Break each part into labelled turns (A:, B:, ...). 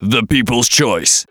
A: the people's choice.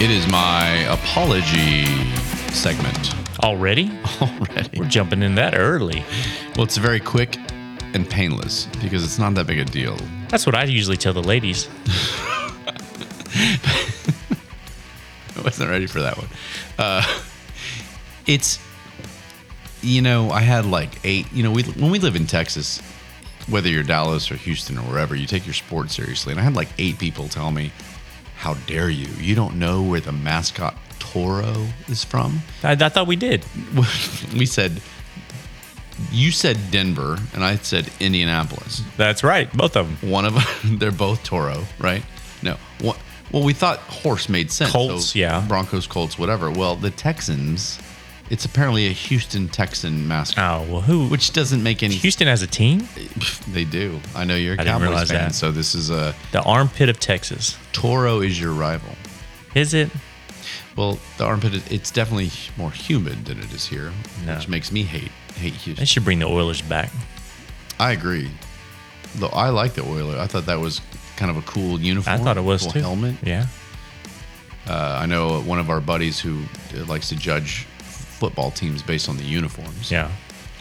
B: It is my apology segment
C: Already?
B: already.
C: We're jumping in that early.
B: Well, it's very quick and painless because it's not that big a deal.
C: That's what I usually tell the ladies.
B: I wasn't ready for that one. Uh, it's, you know, I had like eight. You know, we when we live in Texas, whether you're Dallas or Houston or wherever, you take your sport seriously. And I had like eight people tell me, "How dare you? You don't know where the mascot Toro is from."
C: I, I thought we did.
B: we said, "You said Denver," and I said Indianapolis.
C: That's right. Both of them.
B: One of them, they're both Toro, right? No. One, well, we thought horse made sense.
C: Colts, yeah.
B: Broncos, Colts, whatever. Well, the Texans, it's apparently a Houston Texan mascot,
C: Oh, well, who?
B: which doesn't make any.
C: Houston has a team?
B: They do. I know you're a
C: I didn't
B: Cowboys
C: realize
B: fan,
C: that.
B: so this is a
C: The armpit of Texas.
B: Toro is your rival.
C: Is it?
B: Well, the armpit, it's definitely more humid than it is here,
C: No.
B: which makes me hate hate
C: They
B: Houston.
C: should bring the Oilers back.
B: I agree. Though I like the Oiler. I thought that was kind of a cool uniform.
C: I thought it was
B: cool
C: too.
B: helmet.
C: Yeah.
B: Uh, I know one of our buddies who uh, likes to judge football teams based on the uniforms.
C: Yeah.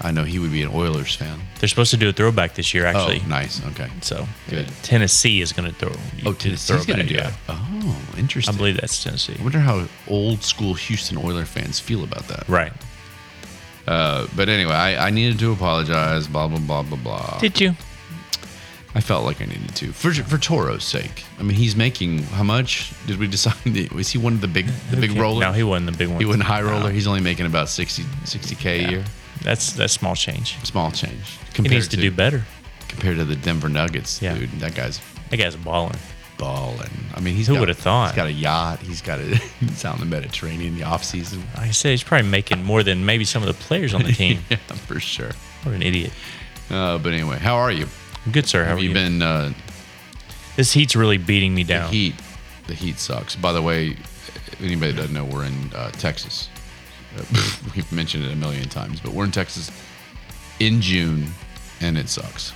B: I know he would be an Oilers fan.
C: They're supposed to do a throwback this year, actually.
B: Oh, nice. Okay.
C: So
B: Good.
C: Tennessee is going to throw.
B: Oh, Tennessee's going to
C: throwback,
B: do it. Oh, interesting.
C: I believe that's Tennessee.
B: I wonder how old school Houston Oiler fans feel about that.
C: Right.
B: Uh, but anyway, I, I needed to apologize. Blah blah blah blah blah.
C: Did you?
B: I felt like I needed to for for Toro's sake. I mean, he's making how much? Did we decide? that- Was he one of the big the big
C: Okay.
B: roller?
C: No, he wasn't the big one.
B: He wasn't high
C: No.
B: roller. He's only making about 60 k a year.
C: That's that's small change.
B: Small change.
C: He
B: Compared
C: needs to, do better.
B: compared to the Denver Nuggets,
C: Yeah.
B: dude. That guy's
C: That guy's balling.
B: balling. I mean, he's
C: Who
B: got-
C: would've thought?
B: He's got a yacht. He's got a he's out in the Mediterranean the off season.
C: Like I said, he's probably making more than maybe some of the players on the team.
B: yeah, for sure.
C: What an idiot.
B: Uh, but anyway, how are you?
C: Good sir. How
B: Have
C: are
B: you,
C: you?
B: been? Uh,
C: This heat's really beating me
B: the
C: down.
B: heat. The heat sucks. By the way, if anybody that doesn't know, we're in uh, Texas. Uh, we've mentioned it a million times, but we're in Texas in June, and it sucks.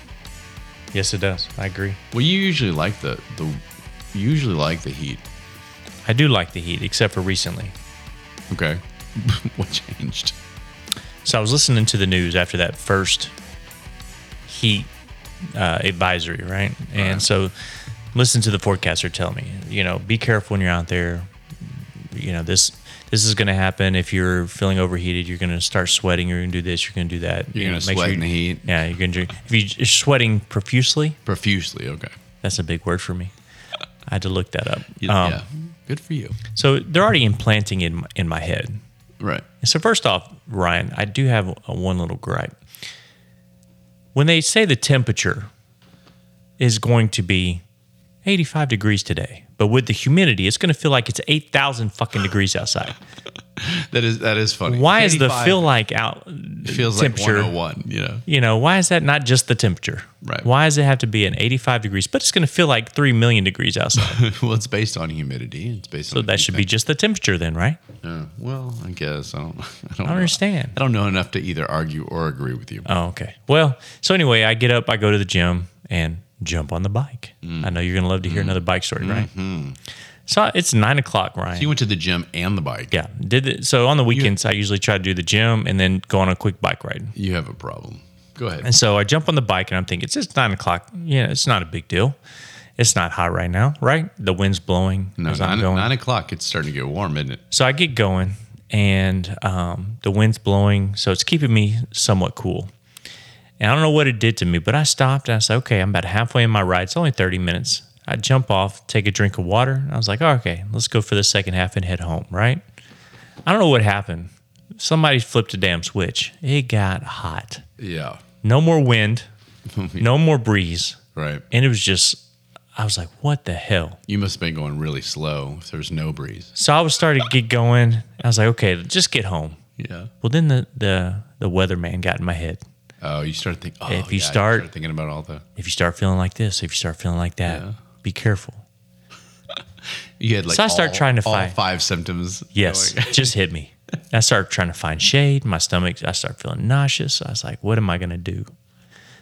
C: Yes, it does. I agree.
B: Well, you usually like the the you usually like the heat.
C: I do like the heat, except for recently.
B: Okay, what changed?
C: So I was listening to the news after that first heat uh, advisory, right? And
B: Right.
C: so listen to the forecaster tell me, you know, be careful when you're out there. You know, this this is going to happen. If you're feeling overheated, you're going to start sweating. You're going to do this. You're going to do that.
B: You're
C: You know,
B: gonna
C: make
B: sweat
C: you-
B: in the heat.
C: Yeah, you're going to. If you- you're sweating profusely,
B: Profusely. Okay.
C: that's a big word for me. I had to look that up.
B: Y-
C: Um,
B: yeah. Good for you.
C: So they're already implanting in my, in my head.
B: Right.
C: So first off, Ryan, I do have a, one little gripe. When they say the temperature is going to be 85 degrees today, but with the humidity, it's going to feel like it's 8,000 fucking degrees outside.
B: That is that is funny.
C: Why is the
B: 85
C: feel like out
B: feels
C: temperature?
B: like 101? You know.
C: you know, why is that not just the temperature?
B: Right.
C: Why does it have to be an 85 degrees, but it's going to feel like 3 million degrees outside?
B: well, it's based on humidity. It's based
C: so
B: on. a
C: that
B: few
C: should be
B: things.
C: just the temperature then, right?
B: Yeah. well, I guess I don't. I don't,
C: I
B: know.
C: don't understand.
B: I don't know enough to either argue or agree with you.
C: Oh, okay. Well, so anyway, I get up, I go to the gym, and jump on the bike. I know you're going to love to hear another bike story, right? So it's nine o'clock, Ryan.
B: Mm-hmm. So you went to the gym and the bike.
C: yeah, did it. So on the weekends, I usually try to do the gym and then go on a quick bike ride.
B: You have a problem. Go ahead.
C: And so I jump on the bike and I'm thinking, it's just nine o'clock. Yeah, it's not a big deal. It's not hot right now, right? The wind's blowing.
B: No,
C: as I'm
B: nine,
C: going.
B: nine o'clock. It's starting to get warm, isn't it?
C: So I get going, and um, the wind's blowing, so it's keeping me somewhat cool. And I don't know what it did to me, but I stopped and I said, okay, I'm about halfway in my ride. It's only 30 minutes. I jump off, take a drink of water. And I was like, oh, okay, let's go for the second half and head home, right? I don't know what happened. Somebody flipped a damn switch. It got hot.
B: Yeah.
C: No more wind, no more breeze.
B: Right.
C: And it was just, I was like, what the hell?
B: You must have been going really slow if there was no breeze.
C: So I was starting to get going. I was like, okay, just get home.
B: Yeah.
C: Well, then the the the weatherman got in my head.
B: Oh, you start thinking. Oh,
C: If you
B: yeah,
C: start-
B: thinking about all the,
C: If you start feeling like this, if you start feeling like that,
B: Yeah.
C: be careful.
B: you had like.
C: So I start
B: all-
C: trying to
B: all
C: find-
B: five symptoms.
C: Yes,
B: going.
C: just hit me. I start trying to find shade. My stomach. I start feeling nauseous. I was like, what am I gonna do?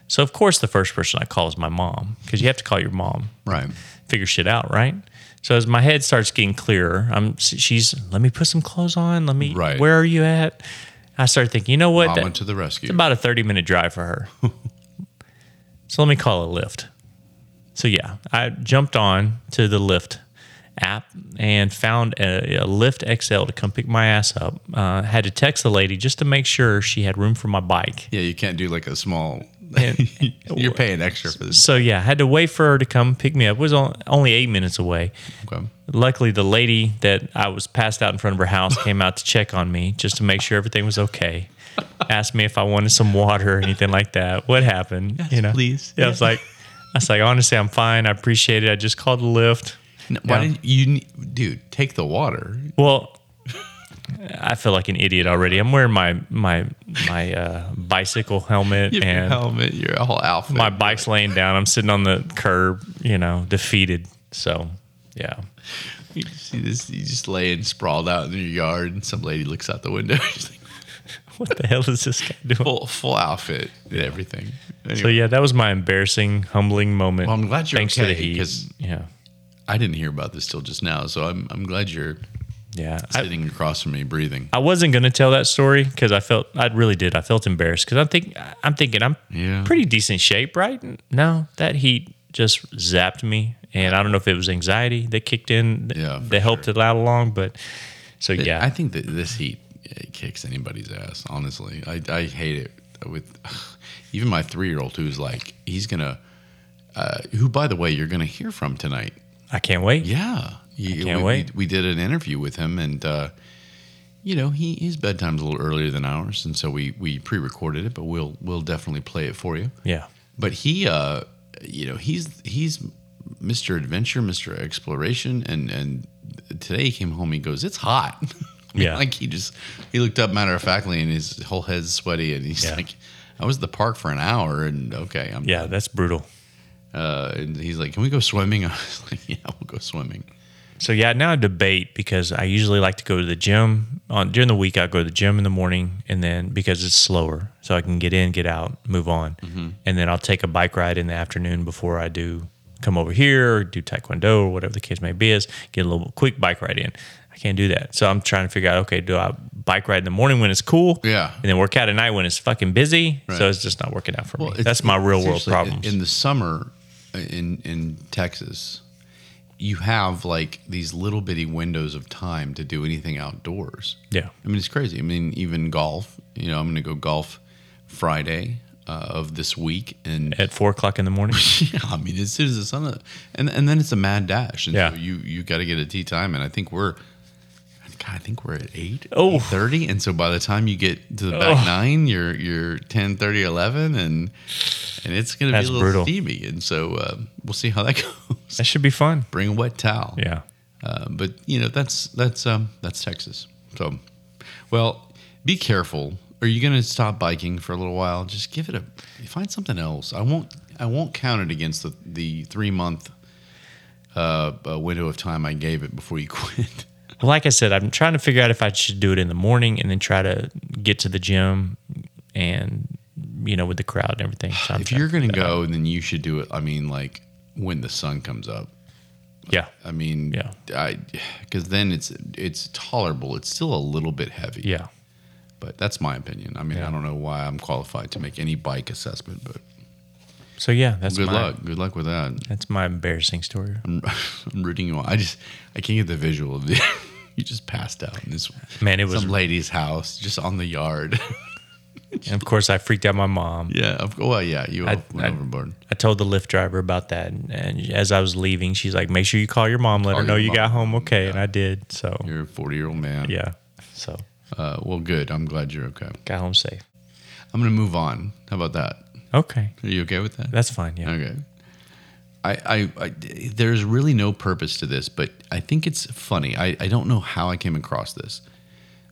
C: So of course, the first person I call is my mom because you have to call your mom,
B: right.
C: figure shit out, right? So as my head starts getting clearer, I'm she's let me put some clothes on. Let me.
B: Right.
C: Where are you at? I start thinking, you know what?
B: Mama
C: That-
B: to the rescue.
C: It's about a 30 minute drive for her. so let me call a Lyft. So yeah, I jumped on to the Lyft app and found a, a Lyft XL to come pick my ass up. Uh, had to text the lady just to make sure she had room for my bike.
B: yeah, you can't do like a small.
C: And-
B: You're paying extra for this.
C: So yeah, had to wait for her to come pick me up. It was on- only eight minutes away.
B: Okay.
C: Luckily, the lady that I was passed out in front of her house came out to check on me just to make sure everything was okay. Asked me if I wanted some water or anything like that. What happened? you know,
B: please.
C: Yeah, I was like, I was like, honestly, I'm fine. I appreciate it. I just called the lift.
B: No, why
C: Yeah.
B: didn't you, need- dude? Take the water.
C: Well, I feel like an idiot already. I'm wearing my my my uh, bicycle helmet
B: Your
C: and
B: helmet. Your whole outfit.
C: my bike's laying down. I'm sitting on the curb, you know, defeated. So, yeah.
B: You just, see this, you just laying sprawled out in your yard, and some lady looks out the window. She's like,
C: What the hell is this guy doing?
B: full, full outfit and everything. Anyway,
C: So yeah, that was my embarrassing, humbling moment.
B: Well, I'm glad you're
C: thanks
B: okay,
C: to the heat.
B: 'cause-
C: Yeah,
B: I didn't hear about this till just now, so I'm I'm glad you're
C: yeah. I,
B: sitting across from me breathing.
C: I wasn't gonna tell that story because I felt I really did. I felt embarrassed because I think I'm thinking I'm
B: Yeah.
C: pretty decent shape, right? No, that heat just zapped me, and I don't know if it was anxiety that kicked in. th-
B: Yeah, for
C: that helped it out along, but so
B: It-
C: yeah,
B: I think that this heat it kicks anybody's ass. Honestly, I I hate it with even my three year old who's like he's gonna. Uh, who, by the way, you're going to hear from tonight?
C: I, can't wait.
B: Yeah, You-
C: can't
B: we,
C: wait.
B: We, we did an interview with him, and uh, you know he his bedtime's a little earlier than ours, and so we we pre-recorded it, but we'll we'll definitely play it for you.
C: Yeah,
B: But he, uh, you know, he's he's Mr. Adventure, Mr. Exploration, and and today he came home. He goes, "It's hot." I mean,
C: Yeah.
B: like he just he looked up matter of factly, and his whole head's sweaty, and he's
C: Yeah.
B: like, "I was at the park for an hour, and okay, I'm
C: yeah, that's brutal.
B: Uh, and he's like, "Can we go swimming?" I was like, "Yeah, we'll go swimming."
C: So yeah, now I debate because I usually like to go to the gym on during the week. I go to the gym in the morning, and then because it's slower, so I can get in, get out, move on,
B: Mm-hmm.
C: and then I'll take a bike ride in the afternoon before I do come over here or do taekwondo or whatever the case may be. Is get a little quick bike ride in. I can't do that, so I'm trying to figure out. Okay, do I bike ride in the morning when it's cool?
B: Yeah.
C: and then work out at night when it's fucking busy.
B: Right.
C: So it's just not working out for
B: Well,
C: me.
B: it's-
C: That's my real world
B: seriously, in-
C: problems.
B: In the summer, uh, in in Texas, you have like these little bitty windows of time to do anything outdoors.
C: yeah,
B: I mean, it's crazy. I mean, even golf. You know, I'm going to go golf Friday uh, of this week, and
C: at four o'clock in the morning.
B: yeah, I mean, as soon as the sun, and and then it's a mad dash, and
C: Yeah.
B: so you you got to get a tea time, and I think we're. God, I think we're at eight,
C: Oh.
B: thirty, and so by the time you get to the back nine, you're you're 10, 30, 11, and and it's gonna be
C: That's
B: a little
C: brutal.
B: steamy, and so uh, we'll see how that goes.
C: that should be fun.
B: Bring a wet towel,
C: Yeah.
B: uh, but you know that's that's um, that's Texas. So, well, be careful. Are you going to stop biking for a little while? Just give it a find something else. I won't I won't count it against the the three month uh, uh, window of time I gave it before you quit.
C: Well, like I said, I'm trying to figure out if I should do it in the morning and then try to get to the gym and you know with the crowd and everything. So I'm
B: if
C: trying-
B: you're going to go, then you should do it. I mean, like when the sun comes up.
C: Yeah.
B: I mean,
C: Yeah.
B: I because then it's it's tolerable. It's still a little bit heavy.
C: Yeah.
B: but that's my opinion. I mean,
C: Yeah.
B: I don't know why I'm qualified to make any bike assessment, but
C: So yeah, that's
B: good
C: my,
B: luck. Good luck with that.
C: That's my embarrassing story.
B: I'm rooting you on. I just I can't get the visual of the. you just passed out in this
C: Man, it was-
B: some lady's house, just on the yard.
C: And of course, I freaked out my mom.
B: yeah, of, well, yeah, you
C: I-
B: went
C: I-
B: overboard.
C: I told the Lyft driver about that, and, and as I was leaving, she's like, "Make sure you call your mom. Let
B: Call
C: her know
B: your
C: you got
B: mom.
C: home okay." And I did. So
B: You're a 40 year old man.
C: yeah, so
B: Uh, well, good. I'm glad you're okay.
C: got home safe.
B: I'm gonna move on. How about that?
C: Okay,
B: Are you okay with that?
C: that's fine. Yeah,
B: Okay. I, I, I, there's really no purpose to this, but I think it's funny. I, I don't know how I came across this,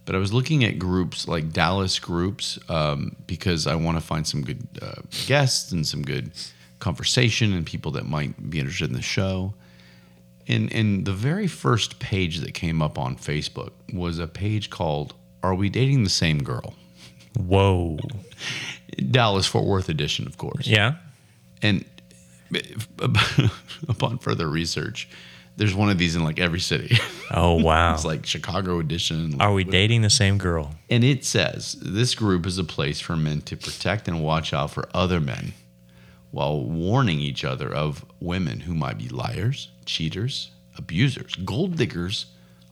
B: but I was looking at groups like Dallas groups um, because I want to find some good uh, guests and some good conversation and people that might be interested in the show. And, and the very first page that came up on Facebook was a page called Are We Dating the Same Girl?
C: whoa,
B: Dallas Fort Worth edition, of course.
C: yeah,
B: And upon further research, there's one of these in like every city.
C: oh wow.
B: it's like Chicago edition.
C: Are we dating the same girl?
B: And it says this group is a place for men to protect and watch out for other men while warning each other of women who might be liars, cheaters, abusers, gold diggers,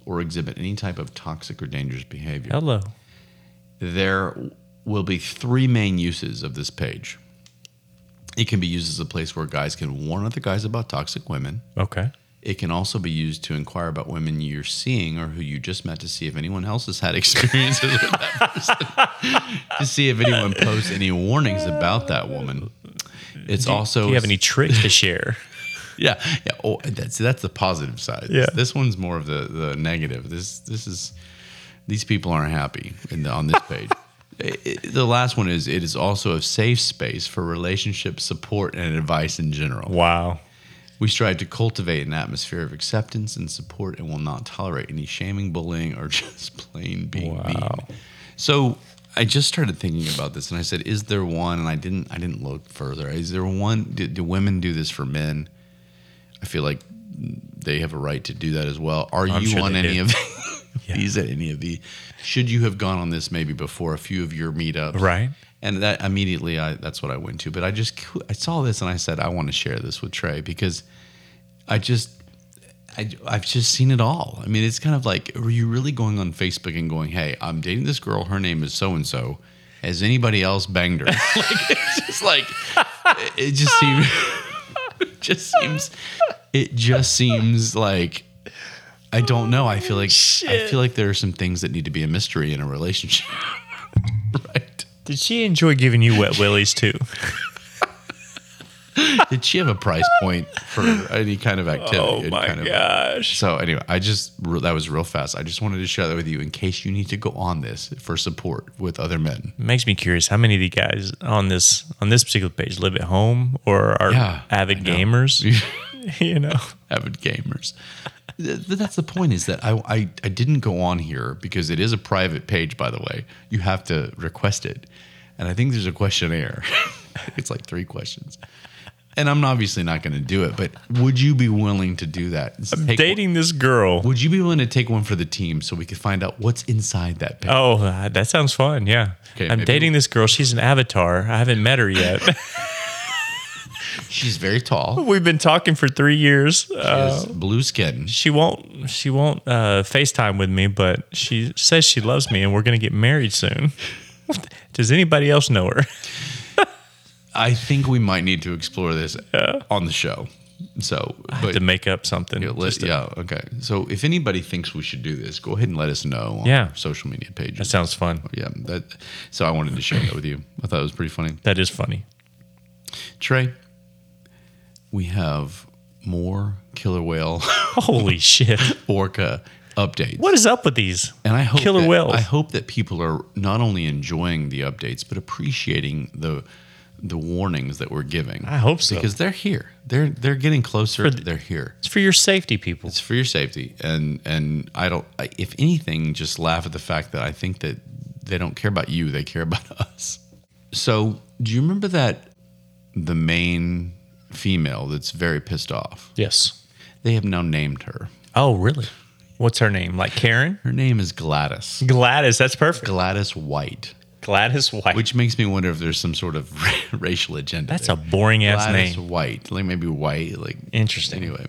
B: or exhibit any type of toxic or dangerous behavior.
C: Hello.
B: There will be three main uses of this page. It can be used as a place where guys can warn other guys about toxic women.
C: Okay.
B: It can also be used to inquire about women you're seeing or who you just met to see if anyone else has had experiences with that person. to see if anyone posts any warnings about that woman. It's also
C: Do you have any tricks to share?
B: yeah yeah. Oh, that's that's the positive side.
C: Yeah.
B: This one's more of the the negative. This this is these people aren't happy in the, on this page. It- it- the last one is it is also a safe space for relationship support and advice in general.
C: wow.
B: We strive to cultivate an atmosphere of acceptance and support and will not tolerate any shaming, bullying, or just plain being
C: Wow.
B: mean. So I just started thinking about this and I said, is there one? And I didn't I didn't look further. Is there one do, do women do this for men? I feel like they have a right to do that as well. Are
C: I'm
B: you
C: sure
B: on
C: they
B: any
C: do.
B: of these at any of the should you have gone on this maybe before a few of your meetups?
C: Right.
B: And that immediately, I that's what I went to. But I just I saw this and I said I want to share this with Trey because I just I I've just seen it all. I mean, it's kind of like are you really going on Facebook and going, "Hey, I'm dating this girl. Her name is so and so. Has anybody else banged her?" like it's just like it- it just seems it just seems it just seems like I don't know. I feel like I
C: Shit.
B: feel like there are some things that need to be a mystery in a relationship. right.
C: Did she enjoy giving you wet willies too?
B: Did she have a price point for any kind of activity?
C: oh
B: Any
C: my
B: kind of-
C: gosh.
B: so anyway, I just re- that was real fast. I just wanted to share that with you in case you need to go on this for support with other men.
C: makes me curious how many of the guys on this on this particular page live at home or are
B: Yeah,
C: avid gamers you know
B: avid gamers. Th- That's the point is that I, I, I didn't go on here because it is a private page, by the way. You have to request it. And I think there's a questionnaire. it's like three questions. And I'm obviously not going to do it, but would you be willing to do that? Take one-
C: dating this girl
B: would you be willing to take one for the team so we could find out what's inside that page?
C: oh uh, that sounds fun yeah
B: Okay,
C: i'm
B: maybe-
C: dating this girl she's an avatar i haven't met her yet
B: She's very tall.
C: we've been talking for three years
B: She
C: uh,
B: has blue skin.
C: she won't she won't uh, facetime with me but she says she loves me and we're gonna get married soon does anybody else know her
B: I think we might need to explore this on the show. So, but
C: to make up something
B: Yeah, let-
C: just to-
B: yeah, okay. So if anybody thinks we should do this, go ahead and let us know on
C: Yeah.
B: our social media
C: that
B: pages.
C: sounds fun
B: yeah, that. So I wanted to share that with you. I thought it was pretty funny.
C: that is funny
B: Trey, we have more killer whale
C: holy shit
B: orca updates.
C: What is up with these?
B: And I hope
C: killer
B: that,
C: whales.
B: I hope that people are not only enjoying the updates but appreciating the the warnings that we're giving.
C: I hope so.
B: because they're here. They're they're getting closer. they're here.
C: it's for your safety, people.
B: it's for your safety and and i don't I, if anything just laugh at the fact that i think that they don't care about you they care about us so do you remember that the main female that's very pissed off
C: Yes.
B: They have now named her.
C: Oh, really? What's her name? Like Karen?
B: Her name is Gladys.
C: Gladys. That's perfect.
B: Gladys White,
C: Gladys White.
B: which makes me wonder if there's some sort of racial agenda.
C: That's
B: there.
C: a boring ass
B: Gladys
C: name.
B: White, like maybe White, like
C: Interesting.
B: Anyway,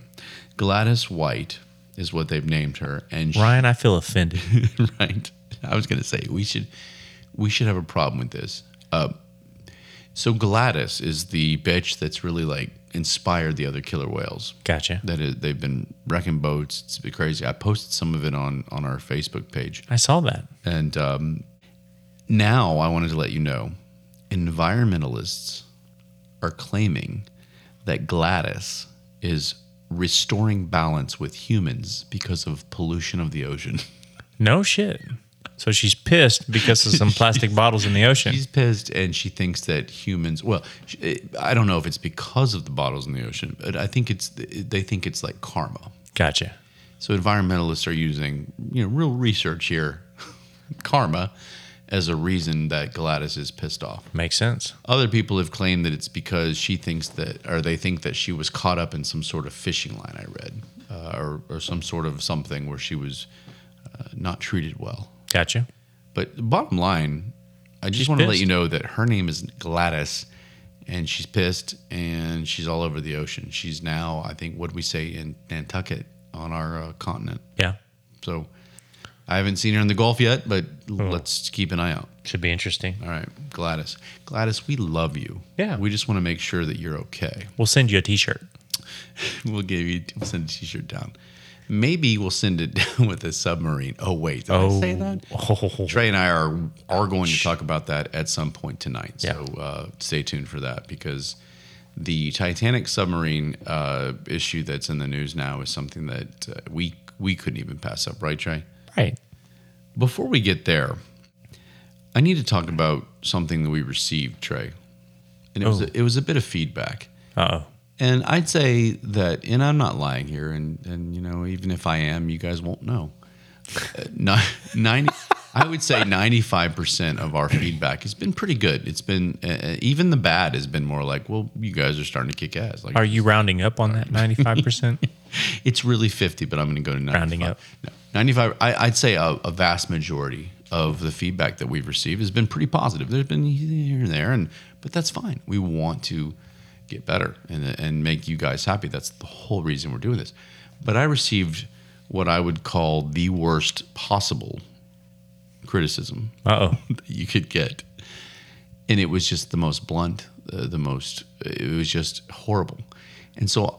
B: Gladys White is what they've named her, and she,
C: Ryan, I feel offended.
B: right. I was gonna say we should we should have a problem with this. Uh, so Gladys is the bitch that's really like inspired the other killer whales.
C: Gotcha.
B: That is, they've been wrecking boats. It's been crazy. I posted some of it on on our Facebook page,
C: I saw that.
B: and um, now I wanted to let you know, environmentalists are claiming that Gladys is restoring balance with humans because of pollution of the ocean.
C: No shit. So she's pissed because of some plastic bottles in the ocean.
B: She's pissed, and she thinks that humans. Well, sh- eh, I don't know if it's because of the bottles in the ocean, but I think it's they think it's like karma.
C: Gotcha.
B: So environmentalists are using you know real research here, karma, as a reason that Gladys is pissed off.
C: Makes sense.
B: Other people have claimed that it's because she thinks that, or they think that she was caught up in some sort of fishing line. I read, uh, or or some sort of something where she was uh, not treated well.
C: Gotcha.
B: But the bottom line, I just
C: She's
B: want to let
C: pissed.
B: you know that her name is Gladys, and she's pissed, and she's all over the ocean. She's now, I think, what we say in Nantucket on our uh, continent.
C: Yeah.
B: So I haven't seen her in the Gulf yet, but
C: Oh.
B: let's keep an eye out.
C: Should be interesting.
B: All right, Gladys. Gladys, we love you.
C: Yeah.
B: We just want to make sure that you're okay.
C: We'll send you a t shirt.
B: We'll give you we'll send a t-shirt down. Maybe we'll send it down with a submarine. Oh wait, did I say that?
C: Oh.
B: Trey and I are are going to talk about that at some point tonight. So
C: Yeah.
B: uh, stay tuned for that because the Titanic submarine uh, issue that's in the news now is something that uh, we we couldn't even pass up, right, Trey?
C: Right.
B: Before we get there, I need to talk about something that we received, Trey, and it was a, it was a bit of feedback.
C: Uh oh.
B: And I'd say that, and I'm not lying here, and, and you know, even if I am, you guys won't know. Uh, ni- 90, I would say 95% of our feedback has been pretty good. It's been, uh, uh, even the bad has been more like, well, you guys are starting to kick ass. Like,
C: Are you rounding up on that 95%?
B: it's really 50, but I'm going to go to 95.
C: Rounding up.
B: No, 95, I, I'd say a, a vast majority of the feedback that we've received has been pretty positive. There's been here and there, and but that's fine. We want to get better and, and make you guys happy. That's the whole reason we're doing this. But I received what I would call the worst possible criticism
C: Uh oh.
B: that you could get. And it was just the most blunt, uh, the most, it was just horrible. And so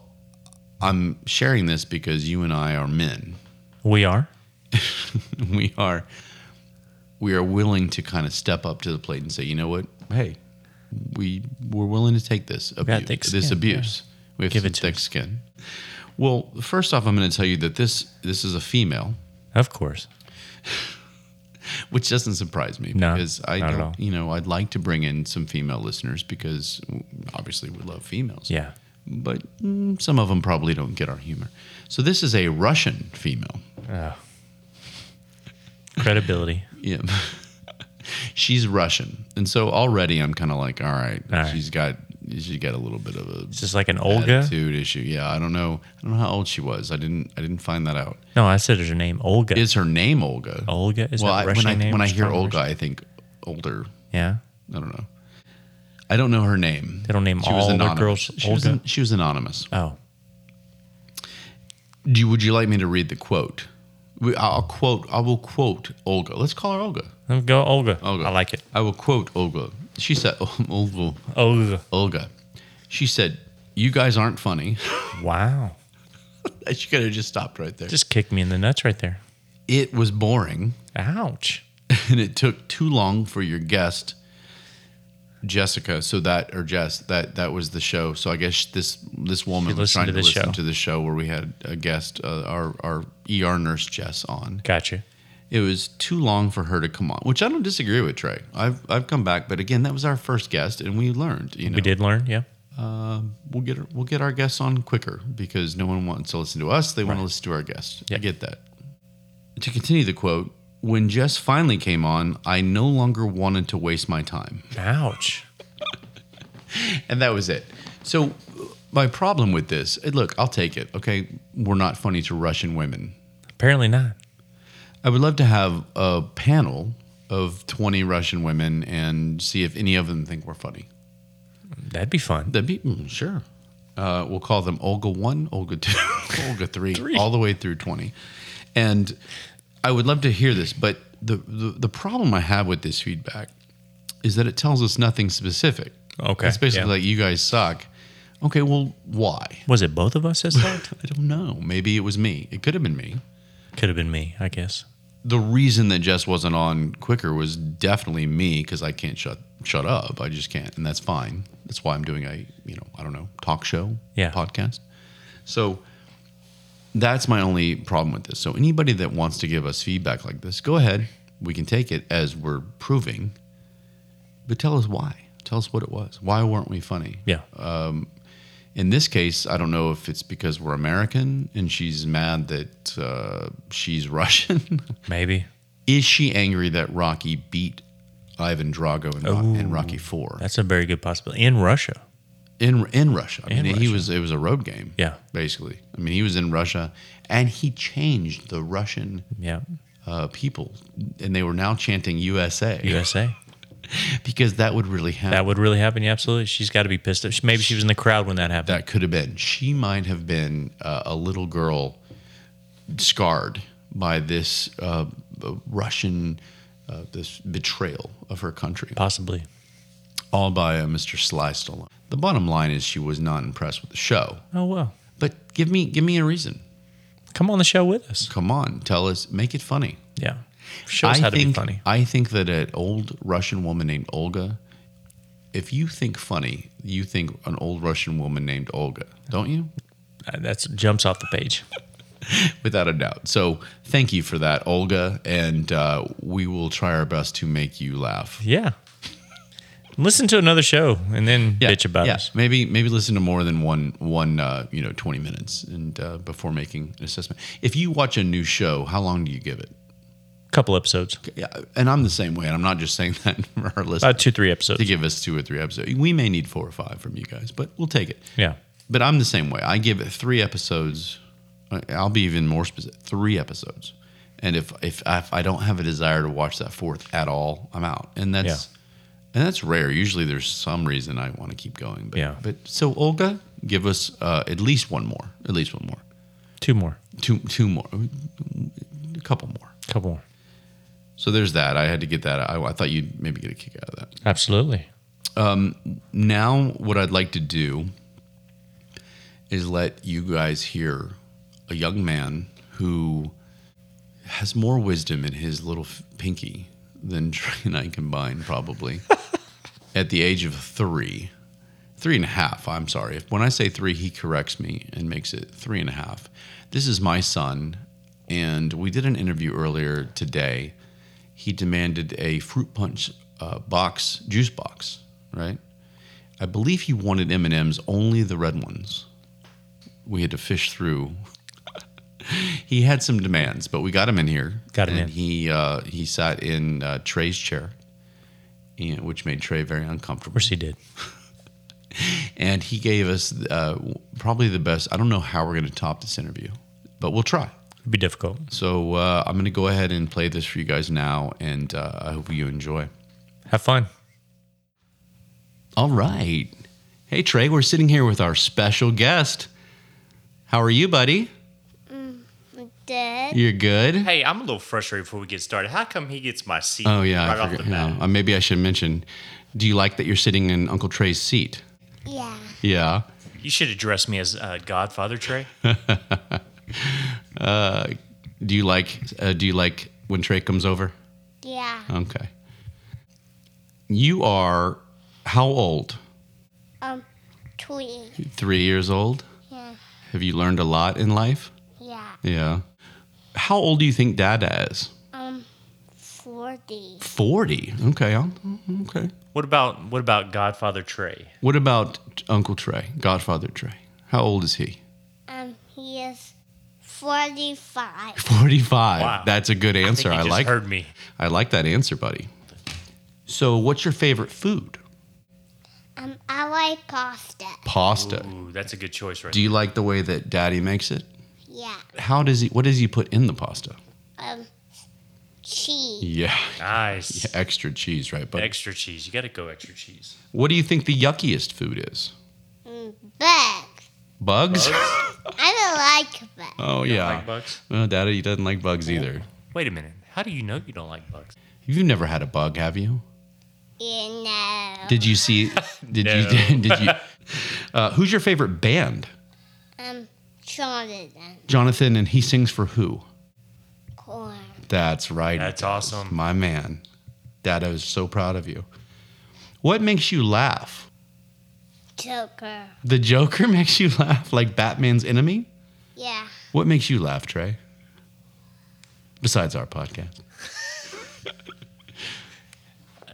B: I'm sharing this because you and I are men.
C: We are.
B: we are, we are willing to kind of step up to the plate and say, you know what? Hey, we we're willing to take this
C: got
B: abuse.
C: thick
B: This
C: skin,
B: abuse. We have
C: Give
B: some
C: it to
B: thick skin. Well, first off, I'm going to tell you that this this is a female.
C: Of course.
B: which doesn't surprise me
C: No,
B: because I
C: not at
B: don't,
C: all.
B: you know, I'd like to bring in some female listeners because obviously we love females.
C: Yeah.
B: But mm, some of them probably don't get our humor. So this is a Russian female.
C: Oh. Credibility.
B: Yeah. she's Russian. And so already I'm kind of like, all right,
C: All right.
B: she's got she's got a little bit of a
C: It's just like an Olga.
B: attitude issue. Yeah, I don't know. I don't know how old she was. I didn't I didn't find that out.
C: No, I said her name Olga.
B: Is her name Olga?
C: Olga Oh, is
B: well,
C: that
B: I,
C: Russian
B: when I
C: name?
B: when I
C: It's
B: hear
C: probably
B: Olga,
C: Russian.
B: I think older
C: yeah,
B: I don't know. I don't know her name.
C: they don't name all the
B: anonymous.
C: girls
B: She was,
C: Olga.
B: an- she was anonymous.
C: oh,
B: Do you, would you like me to read the quote? We, I'll quote. I will quote Olga. Let's call her Olga.
C: Let's go Olga.
B: Olga.
C: I like it.
B: I will quote Olga. She said, Olga,
C: Olga.
B: Olga. She said, "You guys aren't funny."
C: Wow.
B: she could have just stopped right there.
C: Just kicked me in the nuts right there.
B: It was boring,
C: Ouch.
B: and it took too long for your guest, Jessica. So that or Jess, that that was the show. So I guess this this woman was
C: listened
B: trying
C: to
B: to,
C: the
B: listen
C: show.
B: to the show where we had a guest, uh, our our ER nurse Jess on.
C: Gotcha.
B: It was too long for her to come on, which I don't disagree with Trey. I've I've come back, but again, that was our first guest, and we learned. You know,
C: We did learn. Yeah.
B: we'll get we'll get our guests on quicker because no one wants to listen to us; they want to listen to our guests. I
C: Yeah.
B: get that. To continue the quote, when Jess finally came on, I no longer wanted to waste my time,
C: Ouch.
B: and that was it. So, my problem with this, eh, look, I'll take it. Okay, we're not funny to Russian women.
C: Apparently not.
B: I would love to have a panel of 20 Russian women and see if any of them think we're funny.
C: That'd be fun.
B: That'd be mm, sure. Uh, we'll call them Olga one, Olga two, Olga three, all the way through twenty. And I would love to hear this, but the, the the problem I have with this feedback is that it tells us nothing specific.
C: Okay,
B: it's basically
C: yeah.
B: like you guys suck. Okay, well, why?
C: Was it both of us that sucked?
B: I don't know. Maybe it was me. It could have been me.
C: Could have been me, I guess.
B: The reason that Jess wasn't on quicker was definitely me because I can't shut shut up. I just can't, and that's fine. That's why I'm doing a you know I don't know talk show
C: Yeah.
B: podcast. So that's my only problem with this. So anybody that wants to give us feedback like this, go ahead. We can take it as we're proving, but tell us why. Tell us what it was. Why weren't we funny?
C: Yeah.
B: In this case, I don't know if it's because we're American and she's mad that uh, she's Russian.
C: Maybe.
B: Is she angry that Rocky beat Ivan Drago in, Ro- in Rocky Four
C: That's a very good possibility. In Russia.
B: in in Russia? I
C: In
B: mean, he
C: Russia.
B: was it was a road game.
C: Yeah.
B: basically. I mean, he was in Russia and he changed the Russian
C: Yeah.
B: uh, people, and they were now chanting USA
C: USA.
B: because that would really happen.
C: That would really happen. Yeah, absolutely. She's got to be pissed. Off. She- Maybe she was in the crowd when that happened.
B: that could have been. She might have been uh, a little girl scarred by this uh, b- Russian, uh, this betrayal of her country,
C: Possibly.
B: all by uh, Mr. Sly Stallone. The bottom line is she was not impressed with the show.
C: Oh well.
B: But give me, give me a reason.
C: Come on the show with us.
B: Come on, tell us, make it funny.
C: Yeah. Show us
B: I
C: how to be
B: think-
C: funny.
B: I think that an old Russian woman named Olga. If you think funny, you think an old Russian woman named Olga, don't you?
C: That Uh, jumps off the page.
B: Without a doubt. So thank you for that, Olga, and uh, we will try our best to make you laugh.
C: Yeah. Listen to another show and then bitch about
B: yeah.
C: us.
B: Maybe maybe listen to more than one one uh, you know twenty minutes and uh, before making an assessment. If you watch a new show, how long do you give it?
C: Couple episodes.
B: Yeah, and I'm the same way, and I'm not just saying that for our listeners
C: About two, three
B: to
C: episodes.
B: give us two or three episodes. We may need four or five from you guys, but we'll take it.
C: Yeah.
B: But I'm the same way. I give it three episodes. I- I'll be even more specific. Three episodes. And if if I, if I don't have a desire to watch that fourth at all, I'm out. And that's and that's rare. Usually there's some reason I want to keep going. But
C: Yeah.
B: But so Olga, give us uh, at least one more. At least one more.
C: Two more.
B: Two two more. A couple more.
C: Couple more.
B: So there's that. I had to get that. I, I thought you'd maybe get a kick out of that.
C: Absolutely.
B: now what I'd like to do is let you guys hear a young man who has more wisdom in his little f- pinky than Trey and I combined, probably. At the age of three, three and a half. I'm sorry. If when I say three, he corrects me and makes it three and a half. This is my son, and we did an interview earlier today. He demanded a fruit punch uh, box, juice box, right? I believe he wanted M and M's, only the red ones. We had to fish through. he had some demands, but we got him in here.
C: Got him
B: and
C: in.
B: He uh, he sat in uh, Trey's chair, and, which made Trey very uncomfortable
C: Of course he did.
B: and he gave us uh, probably the best. I don't know how we're going to top this interview, but we'll try.
C: It'd be difficult.
B: So uh, I'm going to go ahead and play this for you guys now, and uh, I hope you enjoy.
C: Have fun.
B: All right. Hey, Trey, we're sitting here with our special guest. How are you, buddy?
A: Dad,
B: You're good?
D: Hey, I'm a little frustrated before we get started. How come he gets my seat?
B: Oh, yeah.
D: right
B: I
D: off
B: forgot.
D: the bat.
B: yeah. Uh, maybe I should mention do you like that you're sitting in Uncle Trey's seat?
A: yeah,
B: Yeah.
D: You should address me as uh, Godfather Trey.
B: Do you like uh, do you like when Trey comes over?
A: yeah,
B: Okay. You are how old?
A: um, tweet,
B: Three years old?
A: yeah,
B: Have you learned a lot in life?
A: yeah,
B: Yeah. How old do you think Dada is?
A: um, forty,
B: 40. Okay. I'll- Okay.
D: What about what about Godfather Trey?
B: What about Uncle Trey, Godfather Trey? How old is he?
A: um, he is forty-five.
B: 45.
D: Wow.
B: That's a good
D: I think
B: answer.
D: you
B: I,
D: just
B: like
D: heard me.
B: I like that answer, buddy. So, what's your favorite food?
A: Um, I like pasta.
B: Pasta.
D: Ooh, that's a good choice, right?
B: Do you like the way that Daddy makes it?
A: Yeah.
B: How does he? What does he put in the pasta?
A: Um, cheese.
B: Yeah,
D: there. Nice.
B: extra cheese, right? But
D: Extra cheese. You got to go extra cheese.
B: what do you think the yuckiest food is?
A: Mm, bugs.
B: Bugs?
A: I don't like bugs.
B: oh
D: You don't
B: yeah.
D: Like bugs.
B: Well, Daddy doesn't like bugs either.
D: Wait a minute. How do you know you don't like bugs?
B: You've never had a bug, have you?
A: You know.
B: Did you see? Did
D: No.
B: you? Did you? Uh, who's your favorite band,
A: Um, Jonathan.
B: Jonathan? And he sings for who?
A: Corn.
B: That's right.
D: That's
B: it does.
D: awesome.
B: My man. Dad, I was so proud of you. What makes you laugh?
A: Joker.
B: The Joker makes you laugh like Batman's enemy?
A: Yeah.
B: What makes you laugh, Trey? Besides our podcast.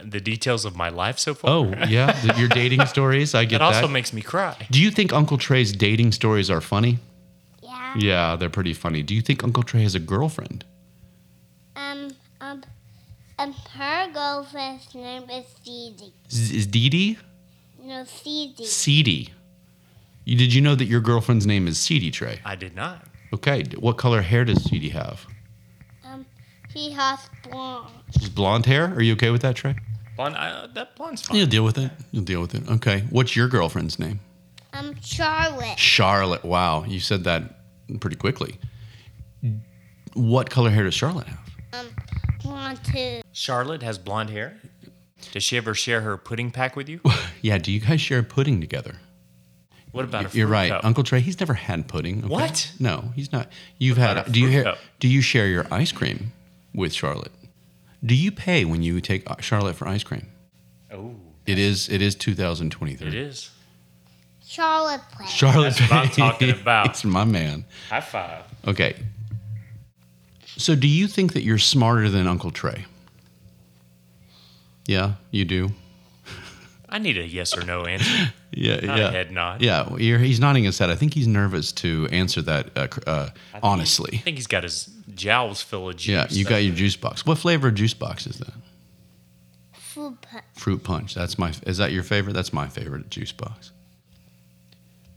D: The details of my life so far.
B: Oh, yeah. th- Your dating stories. I get
D: It also
B: that.
D: makes me cry.
B: Do you think Uncle Trey's dating stories are funny?
A: Yeah.
B: Yeah, they're pretty funny. Do you think Uncle Trey has a girlfriend?
A: Um, um, um, her girlfriend's name is Didi.
B: Z- Is Dee Dee?
A: No, Didi.
B: Seedy. You- Did you know that your girlfriend's name is Seedy, Trey?
D: I did not.
B: Okay. d- What color hair does Seedy have?
A: Um, she has blonde.
B: Just blonde hair? Are you okay with that, Trey?
D: Blonde, I, that blonde's fine.
B: You'll deal with it. You'll deal with it. Okay. What's your girlfriend's name?
A: Um, Charlotte.
B: Charlotte. Wow, you said that pretty quickly. What color hair does Charlotte have?
A: Um, blonde too.
D: Charlotte has blonde hair. Does she ever share her pudding pack with you?
B: Yeah, do you guys share pudding together?
D: What about a fruit
B: You're right,
D: cup?
B: Uncle Trey. He's never had pudding. okay?
D: What?
B: No, he's not. You've
D: What
B: had.
D: about a
B: do you
D: fruit
B: ha-
D: cup?
B: do you share your ice cream with Charlotte? Do you pay when you take uh, Charlotte for ice cream?
D: Oh,
B: It is it is 2023.
D: it is.
A: Charlotte plays.
B: Charlotte.
D: That's what I'm
B: pays.
D: talking about.
B: It's my man.
D: High five.
B: Okay. So, do you think that you're smarter than Uncle Trey? Yeah, you do.
D: I need a yes or no answer.
B: Yeah,
D: Not
B: yeah,
D: a head nod.
B: yeah. You're, he's nodding his head. I think he's nervous to answer that uh, cr- uh,
D: I
B: honestly.
D: think he's got his jowls full of juice.
B: Yeah, you got your juice box. What flavor juice box is that?
A: Food put.
B: Fruit punch. That's my. Is that your favorite? That's my favorite juice box.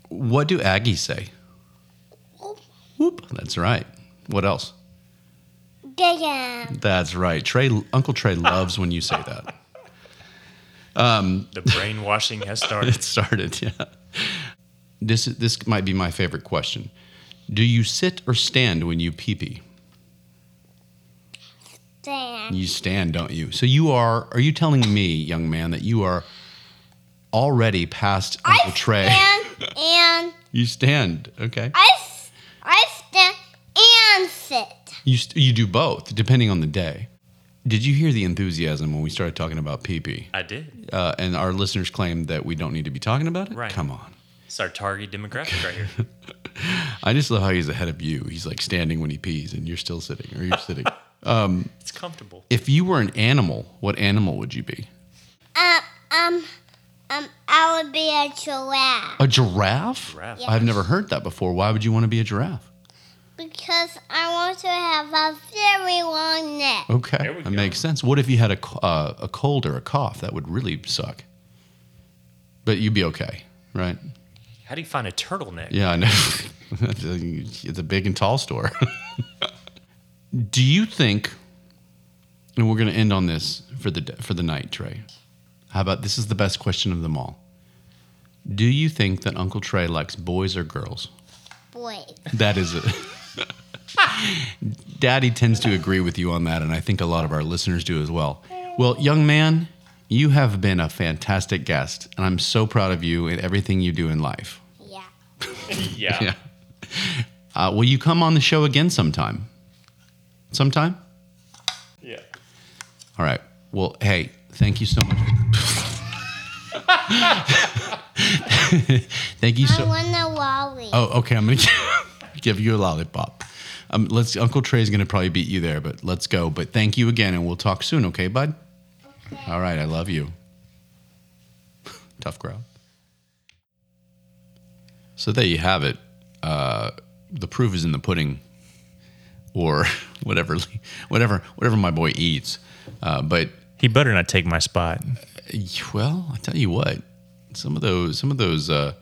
B: What do Aggies say? Whoop. That's right. What else?
A: Damn.
B: That's right. Trey, Uncle Trey loves when you say that.
D: The brainwashing has started.
B: It started, yeah. This is- this might be my favorite question. Do you sit or stand when you pee pee?
A: Damn.
B: You stand, don't you? So you are. Are you telling me, young man, that you are already past Uncle Trey?
A: stand and
B: You stand. Okay.
A: I, s- I stand and sit.
B: You st- you do both, depending on the day. Did you hear the enthusiasm when we started talking about pee pee?
D: I did.
B: Uh, and our listeners claim that we don't need to be talking about it.
D: Right.
B: Come on.
D: It's our target demographic right here.
B: I just love how he's ahead of you. He's like standing when he pees, and you're still sitting, or you're sitting.
D: It's comfortable.
B: If you were an animal, what animal would you be?
A: Um, um, um, I would be a giraffe
B: A giraffe?
D: Giraffe.
B: I've never heard that before. Why would you want to be a giraffe?
A: because I want to have a very long neck.
B: Okay,
D: There we
B: that
D: go.
B: makes sense. What if you had a c- uh, a cold or a cough? That would really suck. But you'd be okay, right?
D: How do you find a turtleneck?
B: Yeah, I know. it's a big and tall store. Do you think? And we're going to end on this for the d- for the night, Trey. How about this is the best question of them all? Do you think that Uncle Trey likes boys or girls?
A: Boy,
B: That is it. Daddy tends to agree with you on that, and I think a lot of our listeners do as well. Well, young man, you have been a fantastic guest, and I'm so proud of you and everything you do in life.
A: yeah.
D: Yeah.
B: Yeah. Uh, will you come on the show again sometime? Sometime?
D: Yeah.
B: All right. Well, hey, thank you so much. thank you so
A: I want a lolly.
B: Oh, okay. I'm gonna give you a lollipop. Um, let's. Uncle Trey's gonna probably beat you there, but let's go. But thank you again, and we'll talk soon. Okay, bud. All right. I love you. Tough crowd. So there you have it. Uh, the proof is in the pudding, or whatever, whatever, whatever my boy eats. Uh, but
C: He better not take my spot.
B: well, I tell you what, some of those some of those uh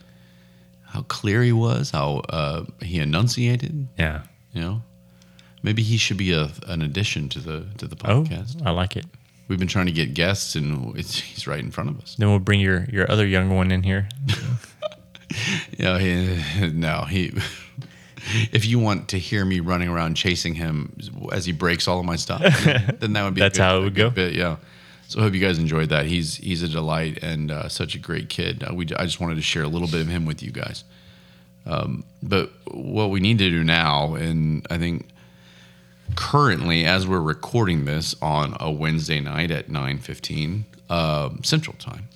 B: how clear he was how uh he enunciated
C: Yeah.
B: you know maybe he should be a, an addition to the to the
C: Oh,
B: podcast
C: I like it.
B: we've been trying to get guests and it's, he's right in front of us
C: Then we'll bring your your other young one in here.
B: yeah he, no he if you want to hear me running around chasing him as he breaks all of my stuff then that would be a
C: That's
B: good-
C: how it
B: a
C: would
B: good
C: go?
B: bit, yeah so I hope you guys enjoyed that. He's he's a delight and uh, such a great kid. Uh, we I just wanted to share a little bit of him with you guys. Um, But what we need to do now, and I think currently as we're recording this on a Wednesday night at nine fifteen um, Central Time,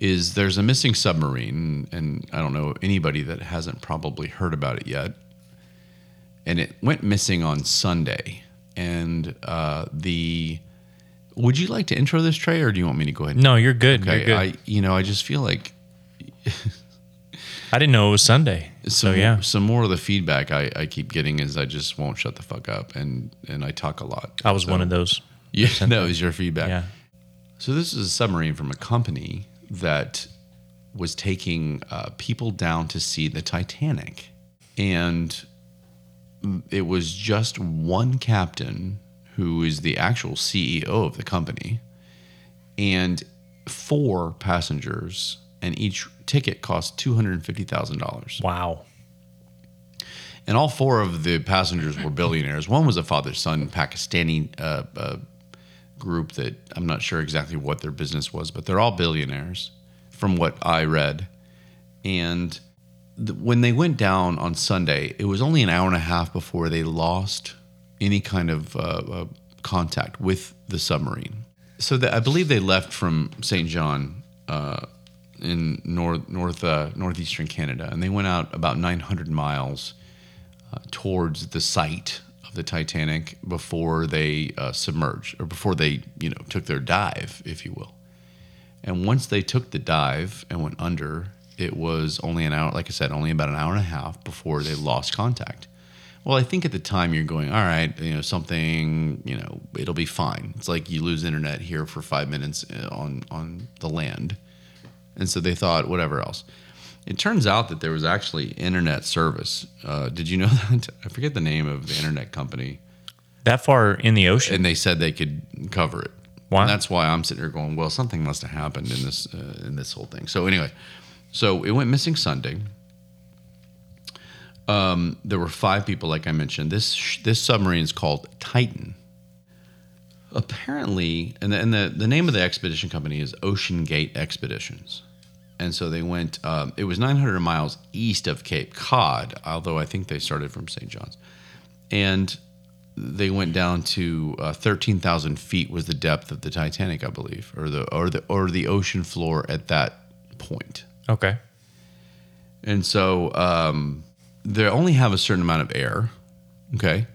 B: is there's a missing submarine, and I don't know anybody that hasn't probably heard about it yet. And it went missing on Sunday, and uh, the. Would you like to intro this Trey, or do you want me to go ahead? and-
C: No, you're good. you're
B: okay,
C: good.
B: I you know I just feel like
C: I didn't know it was Sunday.
B: some,
C: so yeah.
B: some more of the feedback I, I keep getting is I just won't shut the fuck up and and I talk a lot.
C: I was one of those.
B: Yeah, that was your feedback.
C: Yeah.
B: So this is a submarine from a company that was taking uh, people down to see the Titanic, and it was just one captain who is the actual CEO of the company, and four passengers, and each ticket cost two hundred fifty thousand dollars.
C: Wow.
B: And all four of the passengers were billionaires. One was a father son Pakistani uh, uh, group that I'm not sure exactly what their business was, but they're all billionaires from what I read. And th- when they went down on Sunday, it was only an hour and a half before they lost any kind of uh, uh, contact with the submarine. So that I believe they left from St. John uh, in north north uh, northeastern Canada, and they went out about 900 miles uh, towards the site of the Titanic before they uh, submerged or before they you know took their dive, if you will. And once they took the dive and went under, it was only an hour, like I said, only about an hour and a half before they lost contact. Well, I think at the time you're going, all right, you know, something, you know, it'll be fine. It's like you lose internet here for five minutes uh, on on the land, and so they thought whatever else. It turns out that there was actually internet service. Uh, did you know that? I forget the name of the internet company
C: That far in the ocean.
B: and they said they could cover it.
C: Wow.
B: And that's why I'm sitting here going, well, something must have happened in this uh, in this whole thing. So anyway, so it went missing Sunday. Um, there were five people, like I mentioned. This sh- this submarine is called Titan. Apparently, and the, and the the name of the expedition company is Ocean Gate Expeditions. And so they went. Um, it was 900 miles east of Cape Cod, although I think they started from St. John's, and they went down to uh, thirteen thousand feet was the depth of the Titanic, I believe, or the or the or the ocean floor at that point.
C: okay.
B: And so um, they only have a certain amount of air. Okay,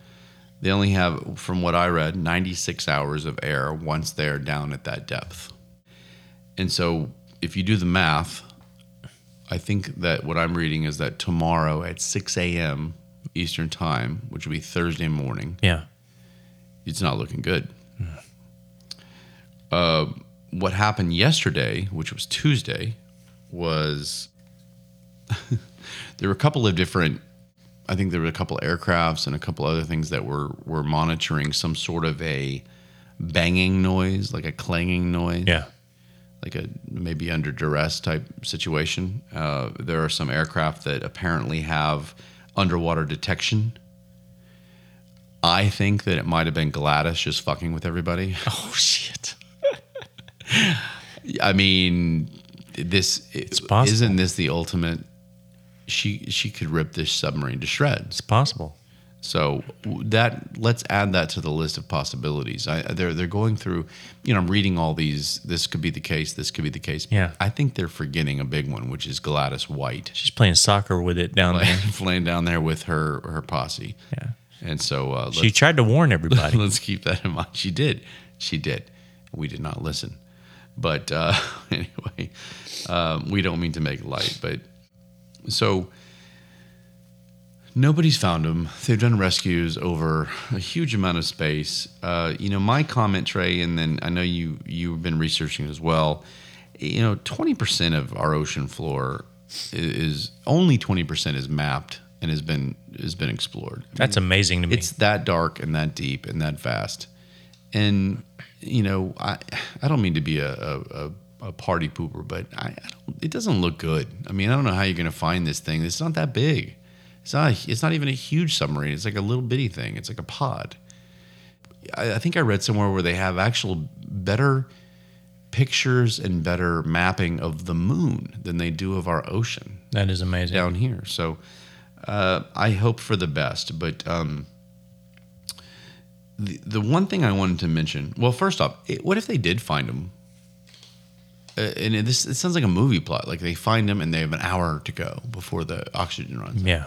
B: they only have, from what I read, ninety six hours of air once they're down at that depth. And so, if you do the math, I think that what I'm reading is that tomorrow at six a.m. Eastern time, which would be Thursday morning,
C: Yeah.
B: it's not looking good. Uh, what happened yesterday, which was Tuesday, was there were a couple of different. I think there were a couple aircrafts and a couple other things that were were monitoring some sort of a banging noise, like a clanging noise
C: Yeah.
B: like a maybe under duress type situation. Uh, there are some aircraft that apparently have underwater detection. I think that it might have been Gladys just fucking with everybody.
C: Oh shit.
B: I mean, this
C: possible.
B: isn't this the ultimate? She she could rip this submarine to shreds.
C: It's possible.
B: So w- that let's add that to the list of possibilities. I, they're they're going through. You know, I'm reading all these. This could be the case. This could be the case.
C: Yeah.
B: I think they're forgetting a big one, which is Gladys White
C: She's playing soccer with it down
B: playing,
C: there.
B: playing down there with her her posse.
C: Yeah.
B: And so uh, let's
C: She tried to warn everybody.
B: let's keep that in mind. She did. She did. We did not listen. But uh, anyway, um, we don't mean to make light, but so nobody's found them. They've done rescues over a huge amount of space. Uh, you know, my comment, Trey, and then I know you you've been researching as well. you know, 20% of our ocean floor i- is only 20% is mapped and has been has been explored.
C: That's amazing to me.
B: It's that dark and that deep and that vast. And you know, I I don't mean to be a a, a, a party pooper, but I, I don't, it doesn't look good. I mean, I don't know how you're going to find this thing. It's not that big. It's not a- it's not even a huge submarine. It's like a little bitty thing. It's like a pod. I, I think I read somewhere where they have actual better pictures and better mapping of the moon than they do of our ocean
C: that is amazing.
B: down here. So uh, I hope for the best. But um, the the one thing I wanted to mention. Well, first off, it, what if they did find them? Uh, and it, this it sounds like a movie plot. Like they find them and they have an hour to go before the oxygen runs. out.
C: Yeah.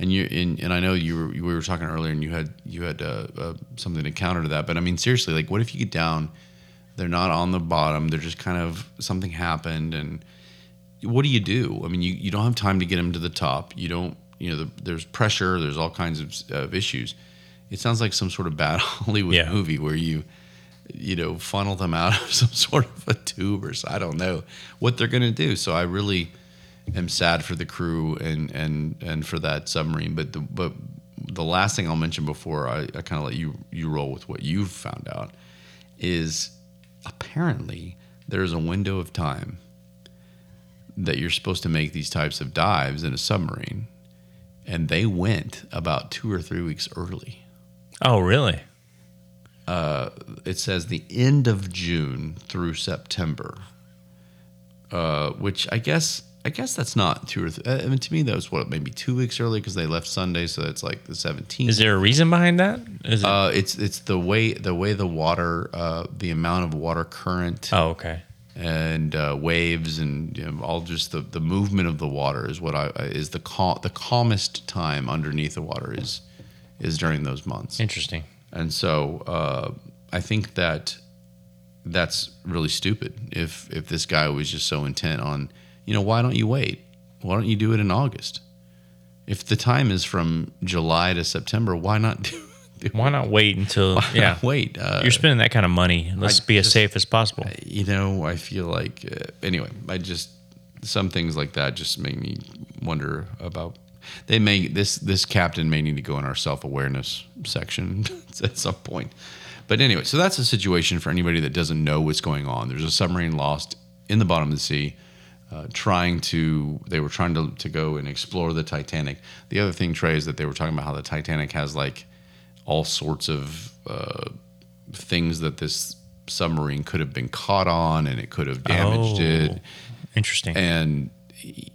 B: And you and, and I know you were you- we were talking earlier, and you had you had uh, uh, something to counter to that. But I mean, seriously, like, what if you get down? They're not on the bottom. They're just kind of something happened, and what do you do? I mean, you, you don't have time to get them to the top. You don't you know the, there's pressure. There's all kinds of, of issues. It sounds like some sort of bad Hollywood
C: Yeah.
B: movie where you you know funnel them out of some sort of a tube or so, I don't know what they're gonna do. So I really am sad for the crew and and and for that submarine. But the but the last thing I'll mention before I, I kind of let you you roll with what you've found out is apparently there's a window of time that you're supposed to make these types of dives in a submarine, and they went about two or three weeks early
C: Oh, really?
B: it says the end of June through September, uh, which I guess I guess that's not two or th- I mean to me that was what maybe two weeks early because they left Sunday, so that's like the seventeenth.
C: Is there a reason behind that? Is it?
B: Uh, it's it's the way the way the water uh, the amount of water current
C: oh, okay.
B: and uh, waves and you know, all just the, the movement of the water is what I is the cal- the calmest time underneath the water is is during those months.
C: Interesting.
B: And so uh, I think that that's really stupid. If if this guy was just so intent on, you know, why don't you wait? Why don't you do it in August? If the time is from July to September, why not do? do
C: Why not wait until? Yeah.
B: wait. Uh,
C: You're spending that kind of money. Let's be as safe as possible.
B: you know, I feel like uh, anyway. I just some things like that just make me wonder about. They may this this captain may need to go in our self awareness section at some point. But anyway, so that's a situation for anybody that doesn't know what's going on. There's a submarine lost in the bottom of the sea, uh, trying to they were trying to to go and explore the Titanic. The other thing, Trey, is that they were talking about how the Titanic has like all sorts of uh, things that this submarine could have been caught on and it could have damaged
C: Oh.
B: it.
C: Interesting.
B: And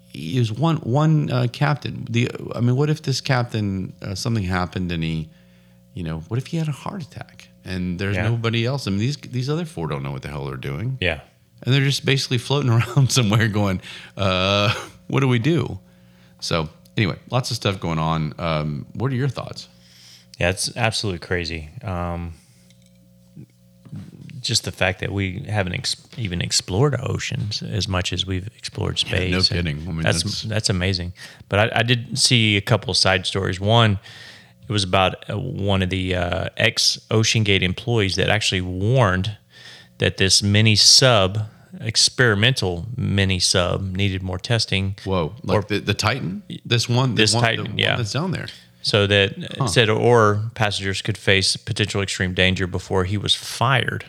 B: he was one one uh, captain. The I mean, what if this captain uh, something happened and he, you know, what if he had a heart attack and there's
C: Yeah.
B: nobody else? I mean, these these other four don't know what the hell they're doing,
C: yeah.
B: and they're just basically floating around somewhere, going, uh, "What do we do?" So anyway, lots of stuff going on. Um, what are your thoughts?
C: Yeah, it's absolutely crazy. Um, just the fact that we haven't ex- even explored our oceans as much as we've explored space.
B: no
C: and
B: kidding. I mean,
C: that's,
B: that's-
C: that's amazing. But I, I did see a couple of side stories. One, it was about uh, one of the uh, ex Ocean Gate employees that actually warned that this mini sub, experimental mini sub, needed more testing.
B: Whoa, like
C: Or-
B: the, the Titan, this one,
C: This
B: one, the
C: Titan,
B: one
C: yeah.
B: that's down there.
C: so that it said or passengers could face potential extreme danger before he was fired.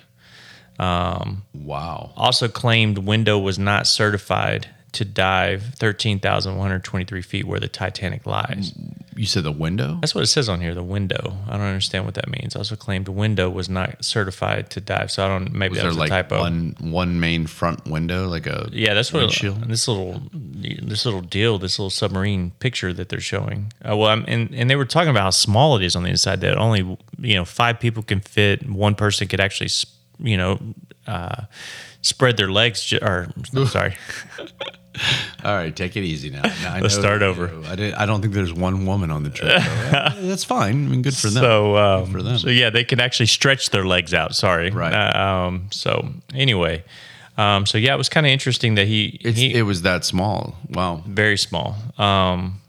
B: Wow.
C: Also claimed window was not certified to dive 13,123 feet where the Titanic lies.
B: You said the window?
C: That's what it says on here, the window. I don't understand what that means. Also claimed window was not certified to dive. So I don't maybe
B: Was
C: that
B: there
C: was a
B: like
C: typo.
B: one one main front window, like a
C: yeah, that's what uh,
B: windshield?
C: this little this little deal, this little submarine picture that they're showing. Uh, well, I'm, and and they were talking about how small it is on the inside. That only you know five people can fit. One person could actually s- you know uh, spread their legs. Ju- or I'm sorry,
B: All right, take it easy now. Now I
C: Let's
B: know
C: start
B: you-
C: over.
B: I, didn't, I don't think there's one woman on the trip. so, uh, that's fine. I mean, good for them.
C: So, um,
B: for them.
C: so yeah, they can actually stretch their legs out. Sorry,
B: Right.
C: Uh, um, so anyway, um, so yeah, it was kind of interesting that he
B: it's,
C: he,
B: it was that small. Wow.
C: very small. Um,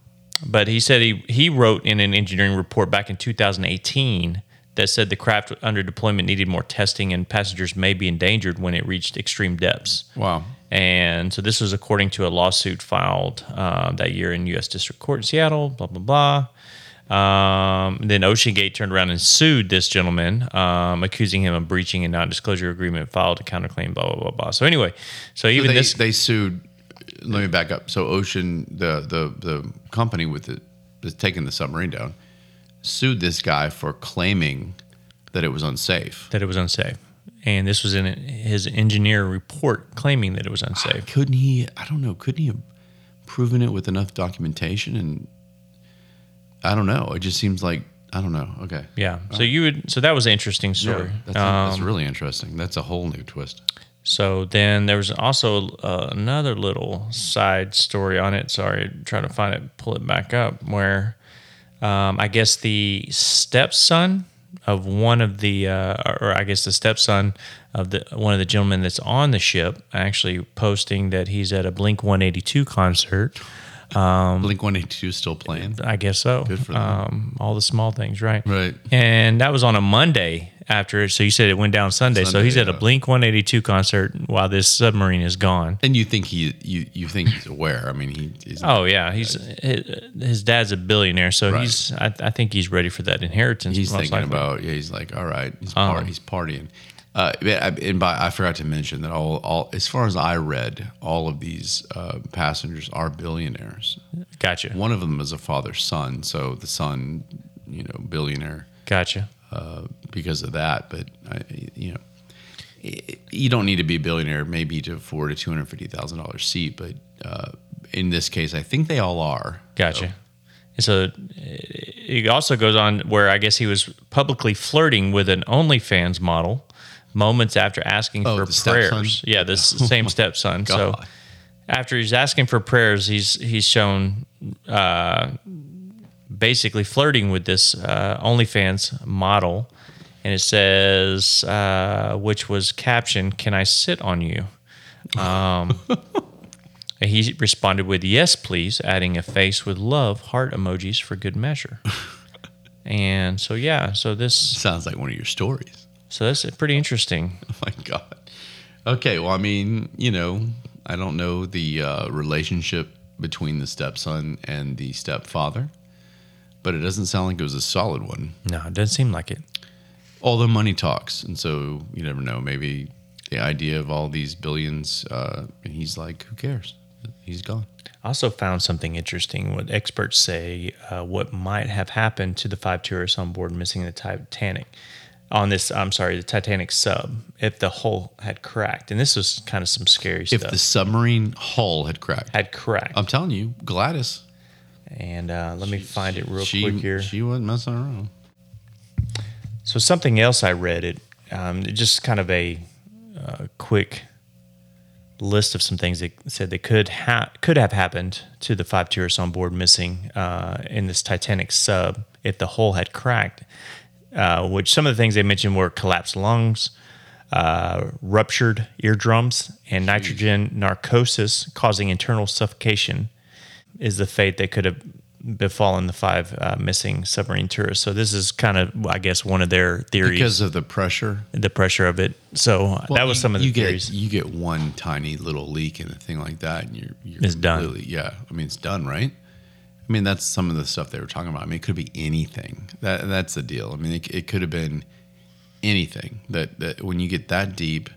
C: but he said he he wrote in an engineering report back in 2018 that said the craft under deployment needed more testing and passengers may be endangered when it reached extreme depths.
B: Wow.
C: And so this was according to a lawsuit filed uh, that year in U.S. District Court in Seattle, blah, blah, blah. Um, then OceanGate turned around and sued this gentleman, um, accusing him of breaching a non-disclosure agreement, filed a counterclaim, blah, blah, blah, blah. So anyway, so even
B: they,
C: this...
B: they sued. Let me back up. So Ocean, the the the company with the that's taking the submarine down, sued this guy for claiming that it was unsafe.
C: that it was unsafe. And this was in his engineer report claiming that it was unsafe.
B: Couldn't he? I don't know. Couldn't he have proven it with enough documentation? And I don't know. It just seems like I don't know. Okay.
C: Yeah. So you would. So that was an interesting story. Uh, Um,
B: That's, that's really interesting. That's a whole new twist.
C: So then there was also uh, another little side story on it. Sorry, trying to find it, pull it back up. Where um, I guess the stepson of one of the, uh, or- or I guess the stepson of the one of the gentlemen that's on the ship, actually posting that he's at a Blink One Eighty Two concert. um,
B: Blink One Eighty Two is still playing.
C: I guess so.
B: Good for them.
C: um, all the small things, right?
B: Right.
C: And that was on a Monday after. So you said it went down Sunday. so
B: Sunday,
C: he's at a
B: yeah.
C: Blink 182 concert while this submarine is gone.
B: And you think he you you think he's aware? I mean, he is.
C: Oh yeah, he's his, his dad's a billionaire, so
B: Right.
C: he's I, I think he's ready for that inheritance.
B: He's
C: most
B: thinking
C: likely. Um,
B: about yeah. He's like, all right, he's, par- he's partying. Uh, yeah, I- and by, I forgot to mention that all, all as far as I read, all of these uh, passengers are billionaires.
C: gotcha,
B: One of them is a father son, so the son, you know, billionaire
C: gotcha.
B: uh, because of that. But I, you know, it- you don't need to be a billionaire maybe to afford a two hundred fifty thousand dollars seat, but uh, in this case, I think they all are.
C: Gotcha. And so it also goes on where I guess he was publicly flirting with an OnlyFans model moments after asking
B: Oh,
C: for
B: the
C: prayers.
B: stepson?
C: Yeah, this same stepson. So
B: God.
C: after he's asking for prayers, he's he's shown uh, basically flirting with this uh, OnlyFans model, and it says, uh, which was captioned, "Can I sit on you?" Um, And he responded with yes, please, adding a face with love heart emojis for good measure. and so yeah, so this
B: Sounds like one of your stories. Oh
C: so that's pretty interesting.
B: my god. Okay, well, I mean, you know, I don't know the uh, relationship between the stepson and the stepfather, but it doesn't sound like it was a solid one.
C: No, it doesn't seem like it.
B: Although money talks, and so you never know. Maybe the idea of all these billions, uh, and he's like, who cares? He's gone.
C: I also found something interesting. What experts say uh, what might have happened to the five tourists on board missing the Titanic on this. I'm sorry, the Titanic sub. If the hull had cracked, and this was kind of some scary
B: If
C: stuff.
B: the submarine hull had cracked,
C: had cracked,
B: I'm telling you, Gladys,
C: and uh, let me find it real
B: she
C: quick here.
B: she wasn't messing around.
C: So something else I read it, um, it just kind of a uh, quick list of some things that said that could ha- could have happened to the five tourists on board missing uh, in this Titanic sub if the hull had cracked. Uh, which some of the things they mentioned were collapsed lungs, uh, ruptured eardrums, and nitrogen narcosis causing internal suffocation is the fate that could have befallen the five uh, missing submarine tourists. So this is kind of, I guess, one of their theories,
B: Because of the pressure,
C: the pressure of it. So that was
B: you-
C: some of the
B: you
C: theories.
B: Get, you get one tiny little leak in a thing like that, and you're, you're
C: It's done.
B: completely- Yeah, I mean it's done, right? I mean that's some of the stuff they were talking about. I mean it could be anything. That that's the deal. I mean it, it could have been anything. That that when you get that deep,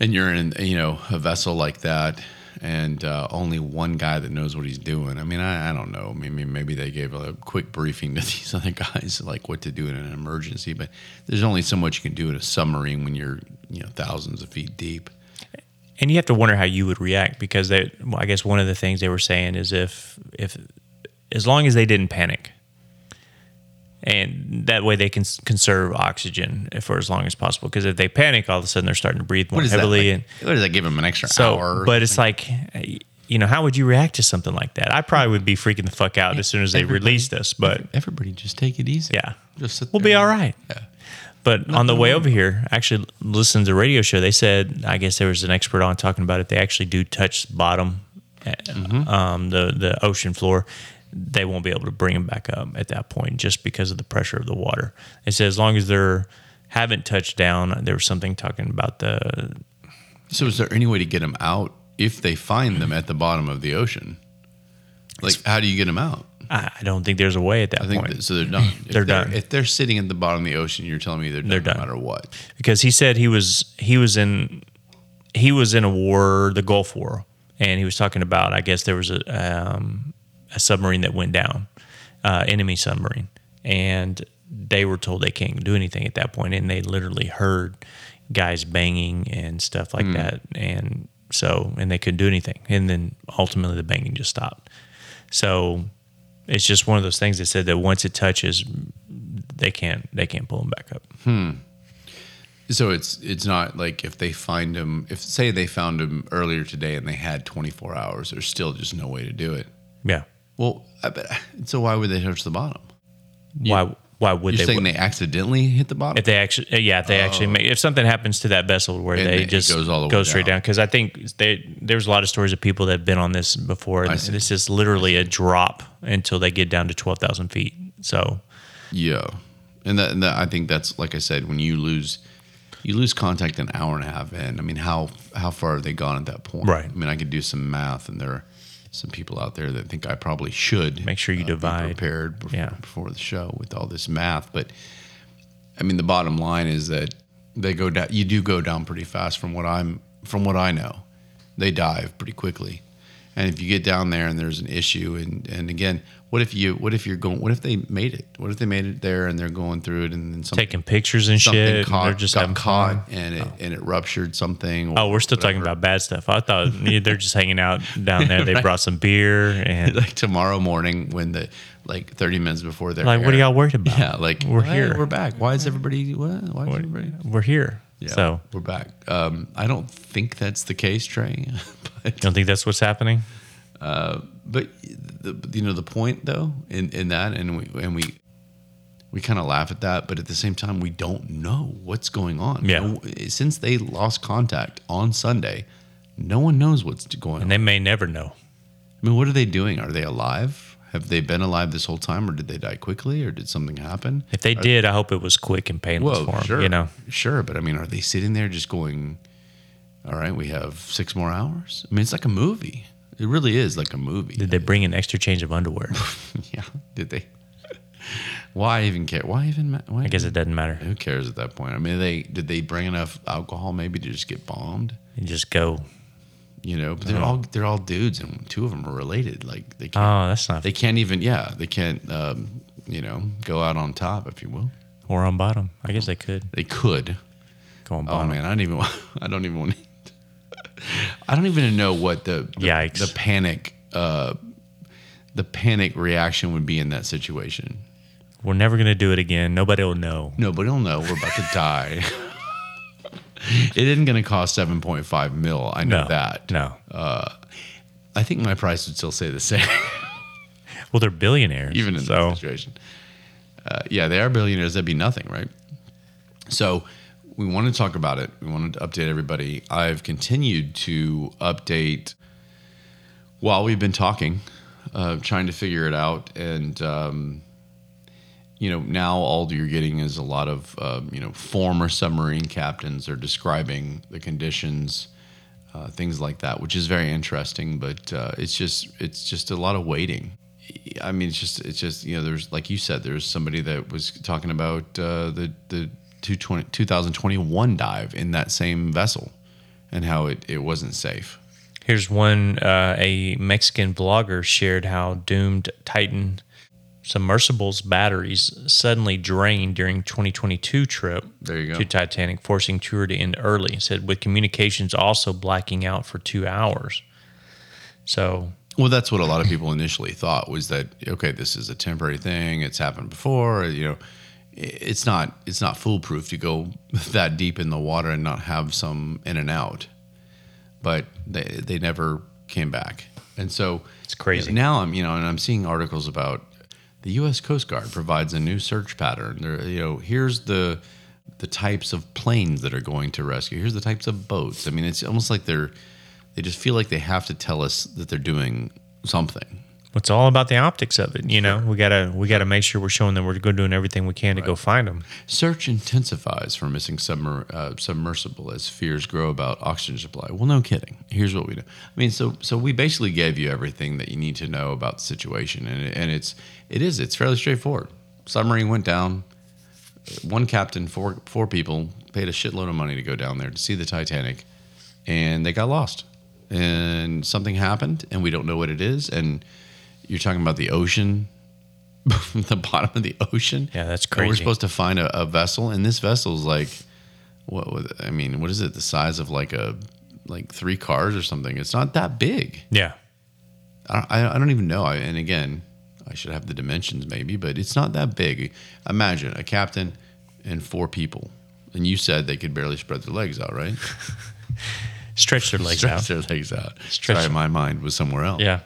B: and you're in you know a vessel like that. And uh, only one guy that knows what he's doing. I mean, I, I don't know. Maybe maybe they gave a quick briefing to these other guys, like what to do in an emergency. But there's only so much you can do in a submarine when you're you know thousands of feet deep.
C: and you have to wonder how you would react because they well, i guess one of the things they were saying is if if as long as they didn't panic and that way they can s- conserve oxygen for as long as possible because if they panic all of a sudden they're starting to breathe more
B: What is
C: heavily
B: that?
C: and
B: Like, what does that give him an extra
C: so
B: hour?
C: but it's like you know how would you react to something like that i probably would be freaking the fuck out as soon as they
B: Everybody-
C: released us but
B: everybody just take it easy.
C: yeah
B: just sit
C: we'll
B: there
C: be
B: and-
C: all right
B: Yeah.
C: But on the way over here, I actually listened to a radio show. They said, I guess there was an expert on eh,
B: Mm-hmm.
C: talking about it. They actually do touch bottom, uh, um, the the ocean floor. they won't be able to bring them back up at that point just because of the pressure of the water. It said as long as they're haven't touched down, there was something talking about the
B: So, is there any way to get them out if they find them at the bottom of the ocean? Like, how do you get them out?
C: I I don't think there's a way at that
B: I think
C: point.
B: that, so. They're done. If
C: They're done.
B: If they're sitting at the bottom of the ocean, you're telling me they're done,
C: They're done.
B: no matter what.
C: because he said he was he was in he was in a war, the Gulf War, and he was talking about I guess there was a um, a submarine that went down, uh, enemy submarine, and they were told they can't do anything at that point, and they literally heard guys banging and stuff like that, and so and they couldn't do anything, and then ultimately the banging just stopped. So it's just one of those things that said that once it touches, they can't they can't pull them back up.
B: So it's it's not like if they find them. If say they found them earlier today and they had 24 hours, there's still just no way to do it.
C: Yeah.
B: Well, I bet, so why would they touch the bottom?
C: why why would
B: You're
C: they,
B: saying they accidentally hit the bottom?
C: if they actually yeah if they actually make if something happens to that vessel where
B: And
C: they
B: it
C: just
B: goes all the way
C: go straight
B: down.
C: down because I think they there's a lot of stories of people that have been on this before and
B: see.
C: this is literally a drop until they get down to twelve thousand feet so
B: Yeah, and that, and that I think that's like I said, when you lose, you lose contact an hour and a half in. I mean, how how far have they gone at that point?
C: Right.
B: I mean, I could do some math, and there are some people out there that think I probably should uh,
C: Make sure you
B: be
C: divide.
B: prepared before,
C: Yeah.
B: before the show with all this math. But I mean, the bottom line is that they go down. You do go down pretty fast from what I'm from what I know. They dive pretty quickly. And if you get down there and there's an issue, and, and again, what if you what if you're going? What if they made it? What if they made it there and they're going through it and then something,
C: taking pictures and
B: something
C: shit and
B: caught,
C: they're just
B: got
C: having fun.
B: caught and it and it ruptured something? or
C: Oh, we're still talking
B: whatever.
C: about bad stuff. I thought they're just hanging out down there. They brought some beer and
B: like tomorrow morning when the like 30 minutes before they're
C: like, what are
B: aired.
C: y'all worried about?
B: Yeah, like
C: We're
B: "Hey,
C: here.
B: We're back. Why is everybody? What? Why is everybody?
C: we're here. So,
B: we're back. Um, I don't think that's the case, Trey. but
C: don't think that's what's happening.
B: but the, you know the point though in, in that, and we and we we kind of laugh at that, but at the same time we don't know what's going on.
C: Yeah.
B: No- since they lost contact on Sunday, no one knows what's going on.
C: And they may never know.
B: I mean, what are they doing? Are they alive? Have they been alive this whole time, or did they die quickly, or did something happen?
C: If they did, I hope it was quick and painless for them. You know,
B: Uh, sure. But I mean, are they sitting there just going, "All right, we have six more hours"? I mean, it's like a movie. It really is like a movie.
C: did they bring an extra change of underwear?
B: yeah, did they? why even care? Why even? ma- Why
C: I guess it doesn't matter.
B: who cares at that point? I mean, they did they bring enough alcohol maybe to just get bombed?
C: You just go.
B: You know, but they're
C: Uh-huh.
B: all they're all dudes, and two of them are related. Like they can't,
C: Oh, that's not.
B: they can't even yeah they can't um, you know go out on top if you will.
C: Or on bottom. I guess they could
B: They could.
C: go on
B: Oh
C: bottom.
B: man, I don't even. I don't even want. I don't even know what the the,
C: Yikes.
B: the panic uh, the panic reaction would be in that situation.
C: We're never gonna do it again. Nobody will know.
B: Nobody'll know we're about to die. it isn't going to cost seven point five mil. I know
C: No,
B: that. Oh.
C: no.
B: I think my price would still say the same,
C: well, they're billionaires.
B: even in
C: so
B: that situation. Uh, yeah, they are billionaires. That'd be nothing, right? So we want to talk about it. We wanted to update everybody. I've continued to update while we've been talking, uh, trying to figure it out. And, um, you know, now all you're getting is a lot of, um, you know, former submarine captains are describing the conditions, uh, things like that, which is very interesting. But uh, it's just, it's just a lot of waiting. I mean, it's just, it's just, you know, there's, like you said, there's somebody that was talking about uh, the, the 220 2021 dive in that same vessel and how it, it wasn't safe.
C: here's one. Uh, a Mexican vlogger shared how doomed Titan submersible's batteries suddenly drained during 2022 trip
B: There you go.
C: to Titanic, forcing tour to end early. It Said with communications also blacking out for two hours. So
B: Well, that's what a lot of people initially thought was that okay, this is a temporary thing. It's happened before. You know, it's not it's not foolproof to go that deep in the water and not have some in and out. But they they never came back, and so
C: It's crazy.
B: Now I'm you know, and I'm seeing articles about the U.S. Coast Guard provides a new search pattern. There, you know, here's the the types of planes that are going to rescue. Here's the types of boats. I mean, it's almost like they're they just feel like they have to tell us that they're doing something.
C: it's all about the optics of it. You know, we gotta we gotta make sure we're showing them we're good doing everything we can to go find them.
B: Search intensifies for missing submer- uh, submersible as fears grow about oxygen supply. Well, no kidding. Here's what we know. I mean, so so we basically gave you everything that you need to know about the situation, and it, and it's it is it's fairly straightforward. Submarine went down. One captain, four four people paid a shitload of money to go down there to see the Titanic, and they got lost, and something happened, and we don't know what it is. And you're talking about the ocean, the bottom of the ocean.
C: Yeah, that's
B: And We're
C: crazy.
B: supposed to find a, a vessel, and this vessel's like, what? was- I mean, what is it? The size of like a like three cars or something. It's not that big.
C: Yeah,
B: I don't, I I don't even know. I, and again, I should have the dimensions maybe, but it's not that big. Imagine a captain and four people, and you said they could barely spread their legs out, right?
C: stretch their legs
B: stretch
C: out.
B: their legs out.
C: Stretch-
B: Sorry, my mind was somewhere else
C: Yeah,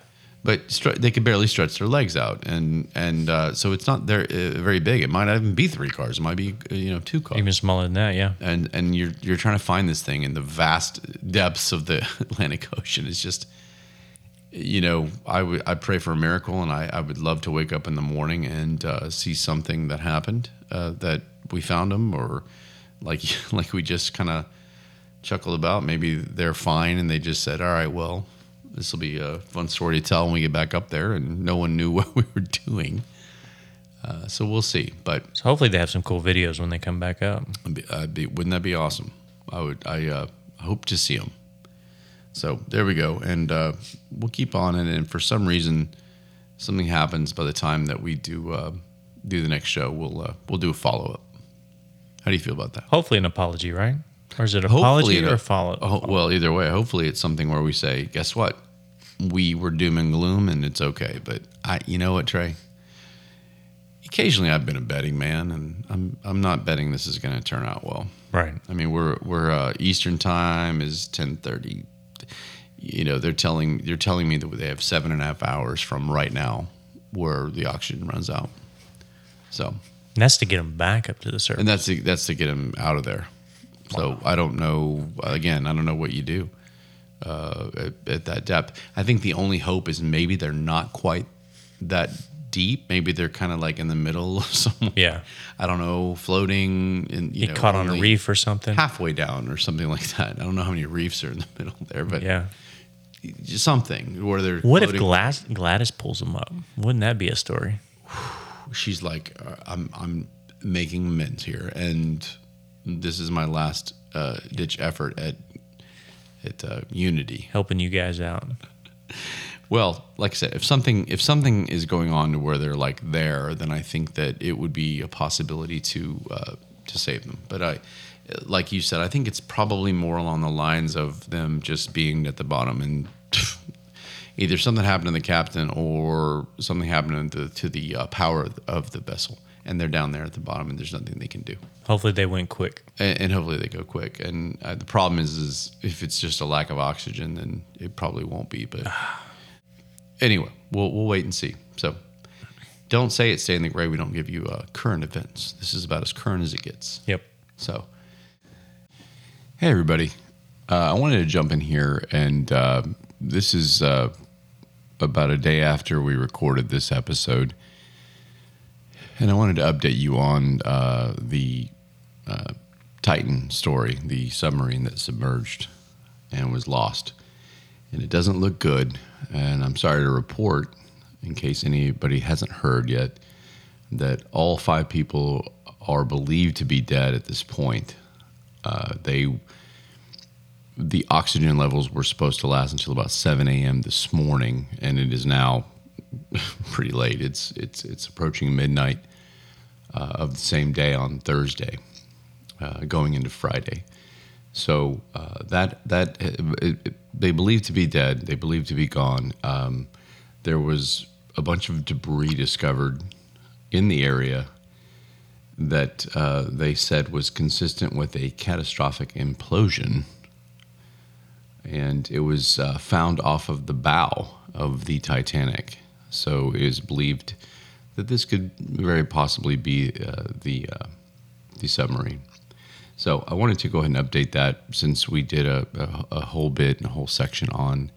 B: but stre- they could barely stretch their legs out, and and uh, so it's not there uh, very big. It might not even be three cars. It might be uh, you know two cars.
C: even smaller than that. Yeah,
B: and and you're you're trying to find this thing in the vast depths of the Atlantic Ocean. It's just, you know, I would I pray for a miracle, and I I would love to wake up in the morning and uh, see something that happened uh, that we found them, or like like we just kind of chuckled about. Maybe they're fine, and they just said, "All right, well." This will be a fun story to tell when we get back up there, and no one knew what we were doing. Uh, so we'll see. But
C: so hopefully they have some cool videos when they come back up.
B: I'd be, I'd be, wouldn't that be awesome? I would. I uh, hope to see them. So there we go, and uh, we'll keep on. And, and for some reason, something happens by the time that we do uh, do the next show. We'll uh, we'll do a follow up. How do you feel about that?
C: Hopefully an apology, right? Or is it
B: Hopefully
C: apology
B: it-
C: or follow? up?
B: Oh, well, either way, hopefully it's something where we say, "Guess what? We were doom and gloom, and it's okay." But I, you know what, Trey? Occasionally, I've been a betting man, and I'm I'm not betting this is going to turn out well.
C: Right.
B: I mean, we're we're uh, Eastern time is ten thirty. You know, they're telling they're telling me that they have seven and a half hours from right now where the oxygen runs out. So,
C: And that's to get them back up to the surface.
B: and that's to, that's to get them out of there. So I don't know. Again, I don't know what you do uh, at, at that depth. I think the only hope is maybe they're not quite that deep. Maybe they're kind of like in the middle of somewhere.
C: Yeah.
B: I don't know, floating. And you
C: Get
B: know,
C: caught on a
B: only-
C: reef or something.
B: halfway down or something like that. I don't know how many reefs are in the middle there, but
C: Yeah.
B: just something where they're.
C: What if
B: floating.
C: Gladys, Gladys pulls them up? Wouldn't that be a story?
B: she's like, uh, I'm I'm making amends here, and this is my last uh, ditch effort at at uh, unity.
C: Helping you guys out.
B: Well, like I said, if something if something is going on to where they're like there, then I think that it would be a possibility to uh, to save them. But I, like you said, I think it's probably more along the lines of them just being at the bottom and either something happened to the captain or something happened to the, to the uh, power of the vessel, and they're down there at the bottom and there's nothing they can do
C: Hopefully they went quick.
B: and, and hopefully they go quick. And uh, the problem is, is if it's just a lack of oxygen, then it probably won't be. But anyway, we'll we'll wait and see. So don't say it. Stay in the gray. We don't give you uh, current events. This is about as current as it gets.
C: Yep.
B: So, hey everybody, uh, I wanted to jump in here, and uh, this is uh, about a day after we recorded this episode, and I wanted to update you on uh, the uh, Titan story, the submarine that submerged and was lost, and it doesn't look good. And I'm sorry to report, in case anybody hasn't heard yet, that all five people are believed to be dead at this point. Uh, they, the oxygen levels were supposed to last until about 7 a.m. this morning, and it is now pretty late. It's it's it's approaching midnight uh, of the same day on Thursday, uh, going into Friday. So uh, that that it, it, they believe to be dead. They believe to be gone. Um, there was a bunch of debris discovered in the area that uh, they said was consistent with a catastrophic implosion. And it was uh, found off of the bow of the Titanic. So it is believed that this could very possibly be uh, the, uh, the submarine. So I wanted to go ahead and update that since we did a, a, a whole bit and a whole section on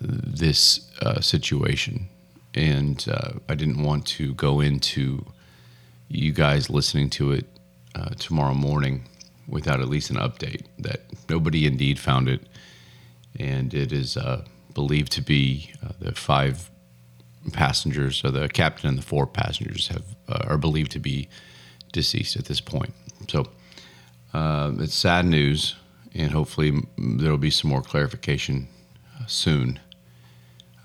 B: this uh, situation and uh, I didn't want to go into you guys listening to it uh, tomorrow morning without at least an update that nobody indeed found it, and it is uh, believed to be uh, the five passengers, so the captain and the four passengers have uh, are believed to be deceased at this point. So uh, it's sad news, and hopefully mm, there will be some more clarification uh, soon.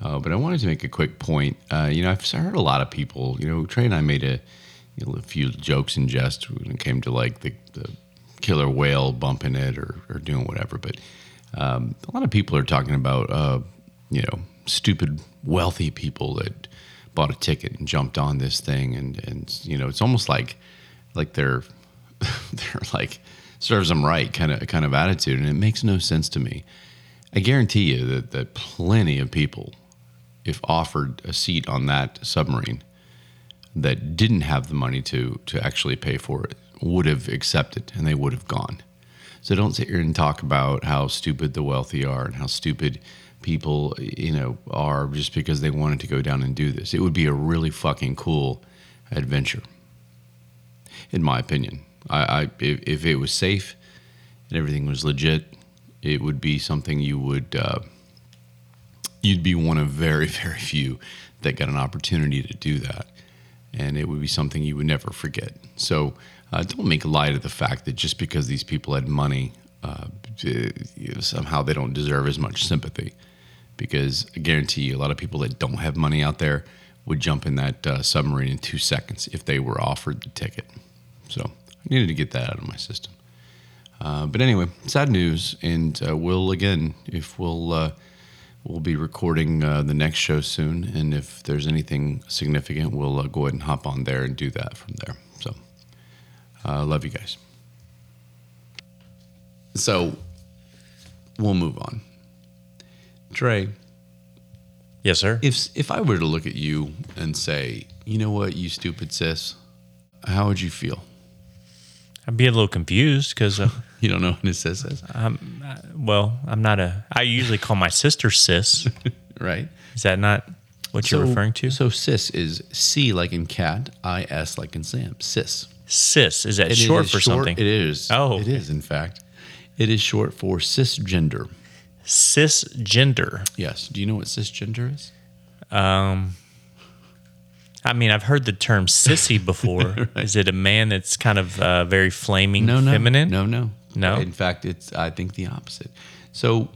B: Uh, but I wanted to make a quick point. Uh, you know, I've heard a lot of people. You know, Trey and I made a, you know, a few jokes and jest when it came to like the, the killer whale bumping it or, or doing whatever. But um, a lot of people are talking about, uh, you know, stupid wealthy people that bought a ticket and jumped on this thing, and and you know, it's almost like like they're they're like serves them right kind of kind of attitude, and it makes no sense to me. I guarantee you that, that plenty of people, if offered a seat on that submarine that didn't have the money to, to actually pay for it, would have accepted and they would have gone. So don't sit here and talk about how stupid the wealthy are and how stupid people, you know, are just because they wanted to go down and do this. It would be a really fucking cool adventure, in my opinion. I, I if, if it was safe and everything was legit, it would be something you would uh, you'd be one of very very few that got an opportunity to do that, and it would be something you would never forget. So uh, don't make light of the fact that just because these people had money, uh, d- you know, somehow they don't deserve as much sympathy, because I guarantee you, a lot of people that don't have money out there would jump in that uh, submarine in two seconds if they were offered the ticket. So I needed to get that out of my system. Uh, but anyway, sad news, and uh, we'll again if we'll uh, we'll be recording uh, the next show soon, and if there's anything significant, we'll uh, go ahead and hop on there and do that from there. So, uh, love you guys. So, we'll move on. Trey,
C: Yes, sir.
B: if if I were to look at you and say, you know what, you stupid sis, how would you feel?
C: I'd be a little confused because, uh,
B: You don't know what it says, says,
C: well, I'm not a. I usually call my sister sis.
B: right?
C: Is that not what you're
B: So-
C: referring to?
B: So cis is C like in cat, I S like in Sam. Cis.
C: sis. Is that
B: It
C: short
B: is
C: for something?
B: It is.
C: Oh,
B: it
C: okay.
B: is. In fact, it is short for cisgender.
C: Cisgender.
B: Yes. Do you know what cisgender is?
C: I mean, I've heard the term sissy before. Is it a man that's kind of uh, very flaming,
B: No, no,
C: feminine?
B: No, no,
C: No?
B: In fact, it's I think the opposite. So,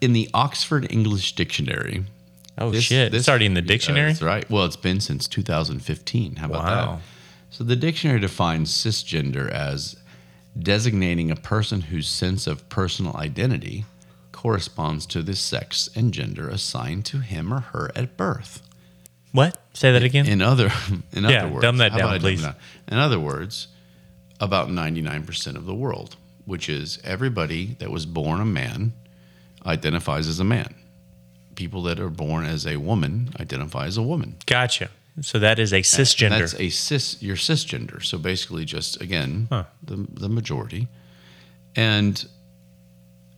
B: in the Oxford English Dictionary.
C: Oh shit! it's already in the
B: yeah,
C: dictionary.
B: that's right. Well, uh, it's been since 2015. How about
C: Wow.
B: that? So the dictionary defines cisgender as designating a person whose sense of personal identity corresponds to the sex and gender assigned to him or her at birth.
C: What? Say that again.
B: In other, in
C: Yeah,
B: other words,
C: dumb that
B: how
C: down,
B: about I dumb
C: please.
B: it In other words, about ninety-nine percent of the world, which is everybody that was born a man, identifies as a man. People that are born as a woman identify as a woman.
C: gotcha. So that is a
B: And
C: cisgender.
B: That's a cis. You're cisgender. So basically, just again,
C: Huh.
B: the the majority. And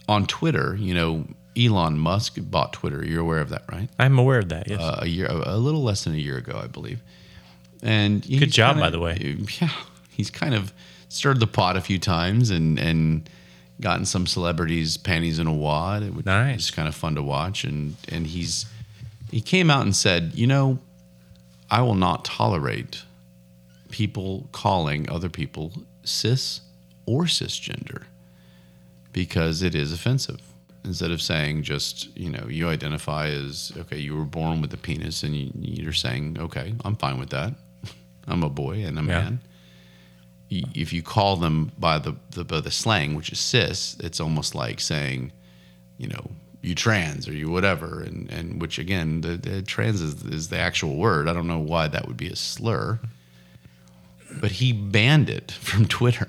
B: on Twitter, you know, Elon Musk bought Twitter. You're aware of that, right?
C: I'm aware of that. Yes.
B: uh, a year, a little less than a year ago, I believe. And he's
C: job,
B: kinda-
C: by the way.
B: Yeah, he's kind of stirred the pot a few times and and gotten some celebrities' panties in a wad. It was
C: Nice.
B: it's kind of fun to watch. And and he's he came out and said, you know, I will not tolerate people calling other people cis or cisgender because it is offensive. Instead of saying just, you know, you identify as, okay, you were born with a penis and you, you're saying, okay, I'm fine with that. I'm a boy and a
C: Yeah.
B: man. Y- If you call them by the, the, by the slang, which is cis, it's almost like saying, you know, you trans or you whatever. And, and which again, the, the trans is, is the actual word. I don't know why that would be a slur, but he banned it from Twitter.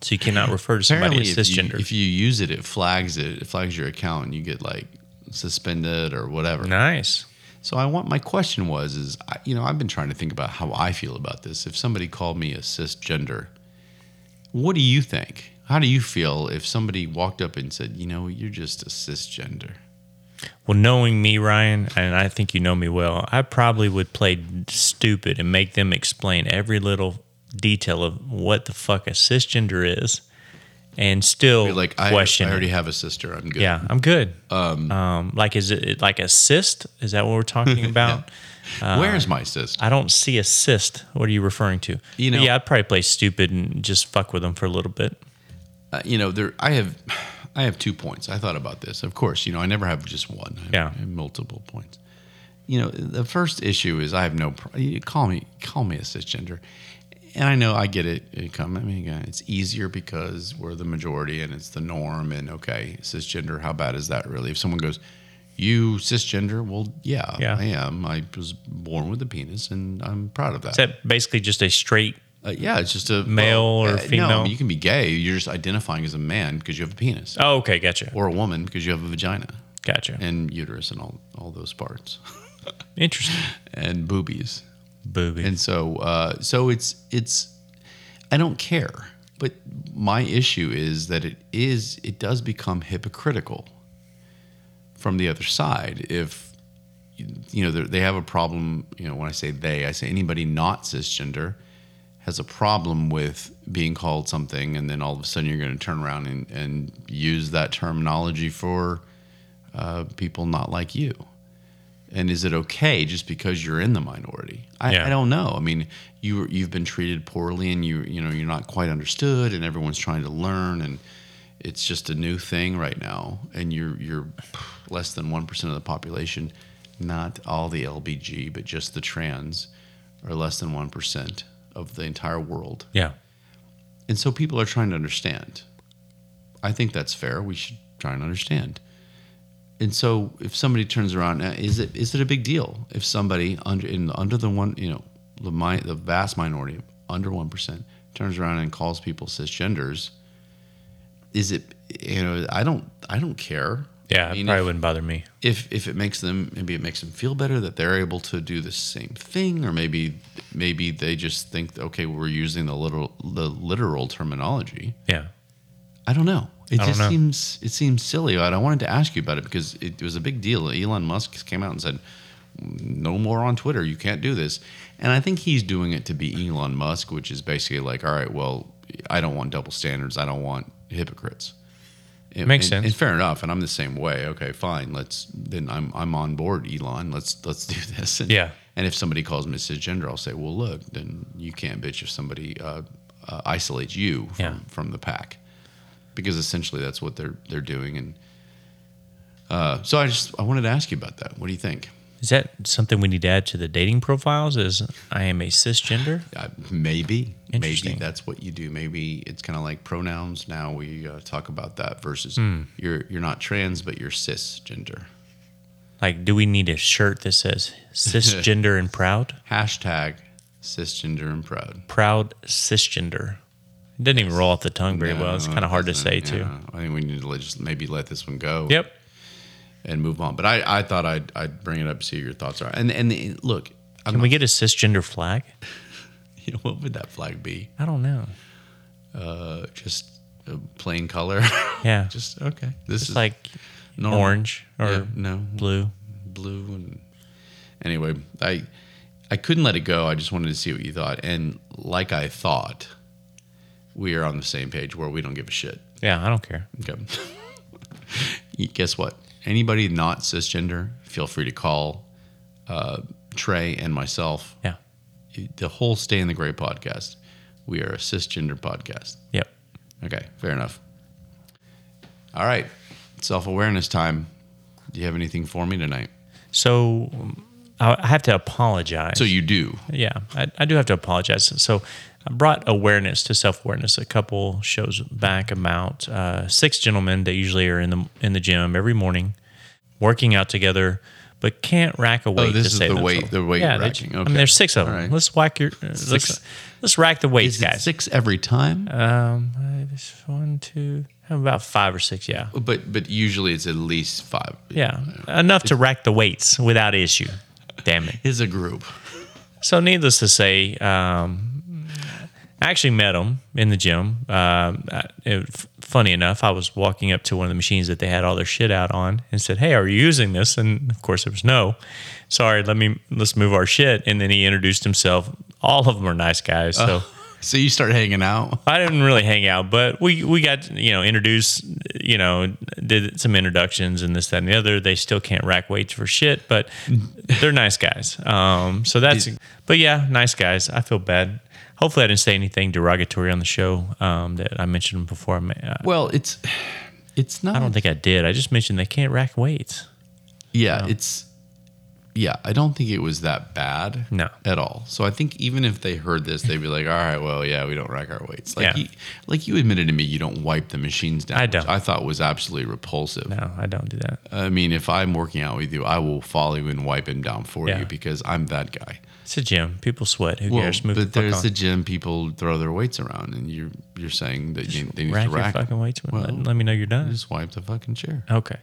C: so you cannot refer to somebody as
B: Apparently,
C: cisgender.
B: If you, if you use it, it flags it. It flags your account, and you get like suspended or whatever.
C: nice.
B: So I want my question was is I, you know I've been trying to think about how I feel about this. If somebody called me a cisgender, what do you think? How do you feel if somebody walked up and said, you know, you're just a cisgender?
C: Well, knowing me, Ryan, and I think you know me well, I probably would play stupid and make them explain every little detail of what the fuck a cisgender is, and still
B: Be like I, I
C: question. it.
B: already have a sister. I'm good.
C: Yeah, I'm good. Um, like is it like a cyst? Is that what we're talking about?
B: Where's my sister?
C: I don't see a cyst. What are you referring to?
B: You
C: But
B: know-
C: yeah, I'd probably play stupid and just fuck with them for a little bit.
B: uh, you know there i have i have two points i thought about this of course you know i never have just one I have-
C: Yeah.
B: I have multiple points you know the first issue is i have no pro- you call me call me a cisgender and i know i get it, it come i mean again, it's easier because we're the majority and it's the norm and okay cisgender how bad is that really if someone goes you cisgender well yeah,
C: Yeah.
B: i am i was born with a penis and i'm proud of
C: Is that basically just a straight?
B: uh, yeah, it's just a
C: Male or
B: uh, No,
C: female?
B: you can be gay. You're just identifying as a man because you have a penis,
C: Oh, okay, gotcha,
B: or a woman because you have a vagina
C: gotcha.
B: and uterus and all all those parts
C: Interesting,
B: and boobies.
C: booby.
B: And so, uh, so it's it's. I don't care, but my issue is that it is it does become hypocritical from the other side if you know they're- they have a problem. You know, when I say they, I say anybody not cisgender has a problem with being called something, and then all of a sudden you're going to turn around and, and use that terminology for uh, people not like you. And is it okay just because you're in the minority? I,
C: Yeah.
B: I don't know. I mean, you you've been treated poorly, and you you know you're not quite understood, and everyone's trying to learn, and it's just a new thing right now. And you're you're less than one percent of the population, not all the LBG, but just the trans, are less than one percent of the entire world.
C: yeah,
B: And so people are trying to understand. I think that's fair. We should try and understand. And so if somebody turns around, uh, is it is it a big deal if somebody under in under the one you know the mi- the vast minority under one percent turns around and calls people cisgenders? Is it you know I don't I don't care.
C: yeah.
B: I mean,
C: it probably
B: if-
C: wouldn't bother me.
B: if if it makes them maybe it makes them feel better that they're able to do the same thing or maybe maybe they just think okay we're using the literal the literal terminology
C: Yeah,
B: i don't know it
C: I don't
B: just
C: know.
B: seems it seems silly and i wanted to ask you about it because it was a big deal elon musk came out and said no more on twitter you can't do this and i think he's doing it to be elon musk which is basically like all right well i don't want double standards i don't want hypocrites and-
C: Makes
B: and-
C: sense.
B: And fair enough. And I'm the same way. Okay, fine. Let's then I'm I'm on board, Elon. Let's let's do this. And,
C: Yeah.
B: And if somebody calls me cisgender, I'll say, well, look, then you can't bitch if somebody uh, uh, isolates you from,
C: Yeah.
B: from the pack, because essentially that's what they're they're doing. And uh, so I just I wanted to ask you about that. What do you think?
C: is that something we need to add to the dating profiles? Is I am a cisgender.
B: Uh, maybe, maybe
C: Interesting.
B: that's what you do. Maybe it's kind of like pronouns. Now we uh, talk about that versus
C: Hmm.
B: you're you're not trans, but you're cisgender.
C: Like, do we need a shirt that says cisgender and proud?
B: Hashtag cisgender and proud.
C: Proud cisgender. It doesn't even roll off the tongue very well. It's
B: No,
C: kind of hard to
B: doesn't-
C: say too.
B: yeah. I think we need to let- just maybe let this one go.
C: Yep.
B: And move on. But I, I thought I'd, I'd bring it up, see what your thoughts are. And and the, look, I'm
C: Can
B: not,
C: we get a cisgender flag?
B: you know, what would that flag be?
C: I don't know.
B: Uh, just a plain color.
C: Yeah. Just,
B: just okay. This is
C: like
B: normal.
C: orange or
B: Yeah, no
C: blue.
B: blue and anyway, I I couldn't let it go. I just wanted to see what you thought. And like I thought, we are on the same page where we don't give a shit.
C: Yeah, I don't care.
B: Okay. You- Guess what? Anybody not cisgender, feel free to call uh, Trey and myself.
C: Yeah.
B: The whole Stay in the Gray podcast. We are a cisgender podcast.
C: Yep.
B: Okay, fair enough. All right, self awareness time. Do you have anything for me tonight?
C: So um, I I have to apologize.
B: So you do.
C: yeah, I, I do have to apologize. So I brought awareness to self awareness a couple shows back about uh, six gentlemen that usually are in the in the gym every morning, working out together, but can't rack a weight.
B: Oh, this
C: to
B: is
C: save
B: the weight-
C: themselves.
B: the weight
C: yeah, they-
B: racking.
C: I
B: Okay.
C: mean, there's six of
B: All
C: them.
B: right.
C: Let's whack your uh,
B: Six.
C: let's let's rack the weights,
B: Is it
C: guys.
B: six every time?
C: Um, I- this one, two, about five or six. Yeah,
B: but but usually it's at least five.
C: yeah, enough to rack the weights without issue. Damn it.
B: Is a group.
C: So, needless to say, um, I actually met him in the gym. Um, I- it- f- funny enough, I was walking up to one of the machines that they had all their shit out on and said, "Hey, are you using this?" And of course, it was no. Sorry, let me let's move our shit. And then he introduced himself. All of them are nice guys, so.
B: So you start hanging out.
C: I didn't really hang out, but we we got you know introduced, you know, did some introductions and this that and the other. They still can't rack weights for shit, but they're nice guys. Um, so that's but yeah, nice guys. I feel bad. Hopefully, I didn't say anything derogatory on the show um, that I mentioned before. I, ma- uh,
B: Well, it's it's not.
C: I don't think I did. I just mentioned they can't rack weights.
B: Yeah, it's yeah. I don't think it was that bad.
C: No.
B: at all. So I think even if they heard this, they'd be like, "All right, well, yeah, we don't rack our weights." Like
C: Yeah.
B: you, like you admitted to me, you don't wipe the machines down.
C: I
B: which
C: don't.
B: I thought was absolutely repulsive.
C: No, I don't do that.
B: I mean, if I'm working out with you, I will follow you and wipe him down for
C: Yeah.
B: you because I'm that guy.
C: It's a gym. People sweat. Who
B: Well,
C: cares? Move
B: but
C: the fuck
B: there's
C: on.
B: the gym. People throw their weights around, and you're you're saying that you, they need
C: rack
B: to
C: your
B: rack.
C: fucking weights.
B: Well,
C: let, let me know you're done.
B: just wipe the fucking chair.
C: Okay.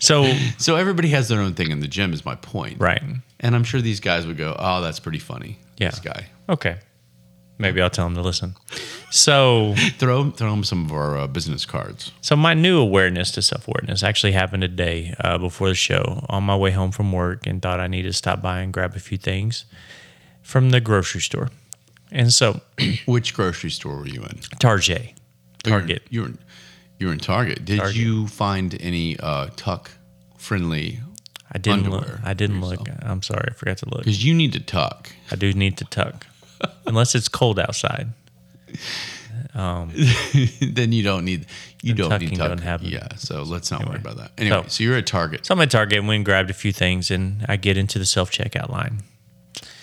C: So
B: So everybody has their own thing in the gym. Is my point,
C: right.
B: And I'm sure these guys would go, "Oh, that's pretty funny."
C: Yeah.
B: This guy.
C: Okay. Maybe I'll tell him to listen. So,
B: Throw him, throw him some of our uh, business cards.
C: so my new awareness to self awareness actually happened today uh, before the show on my way home from work and thought I needed to stop by and grab a few things from the grocery store. And so,
B: Which grocery store were you in?
C: Target. Target.
B: You were in, you were in Target. Did
C: Target.
B: you find any uh, tuck friendly?
C: I didn't look.
B: Underwear
C: I didn't look. I'm sorry. I forgot to look.
B: Because you need to tuck.
C: I do need to tuck, unless it's cold outside.
B: then you don't need you
C: The
B: don't need
C: tucking
B: tuck.
C: don't happen. Oh.
B: Yeah. So let's not worry about that. Anyway,
C: So-
B: so, you're at Target.
C: So I'm at Target and went and grabbed a few things, and I get into the self checkout line.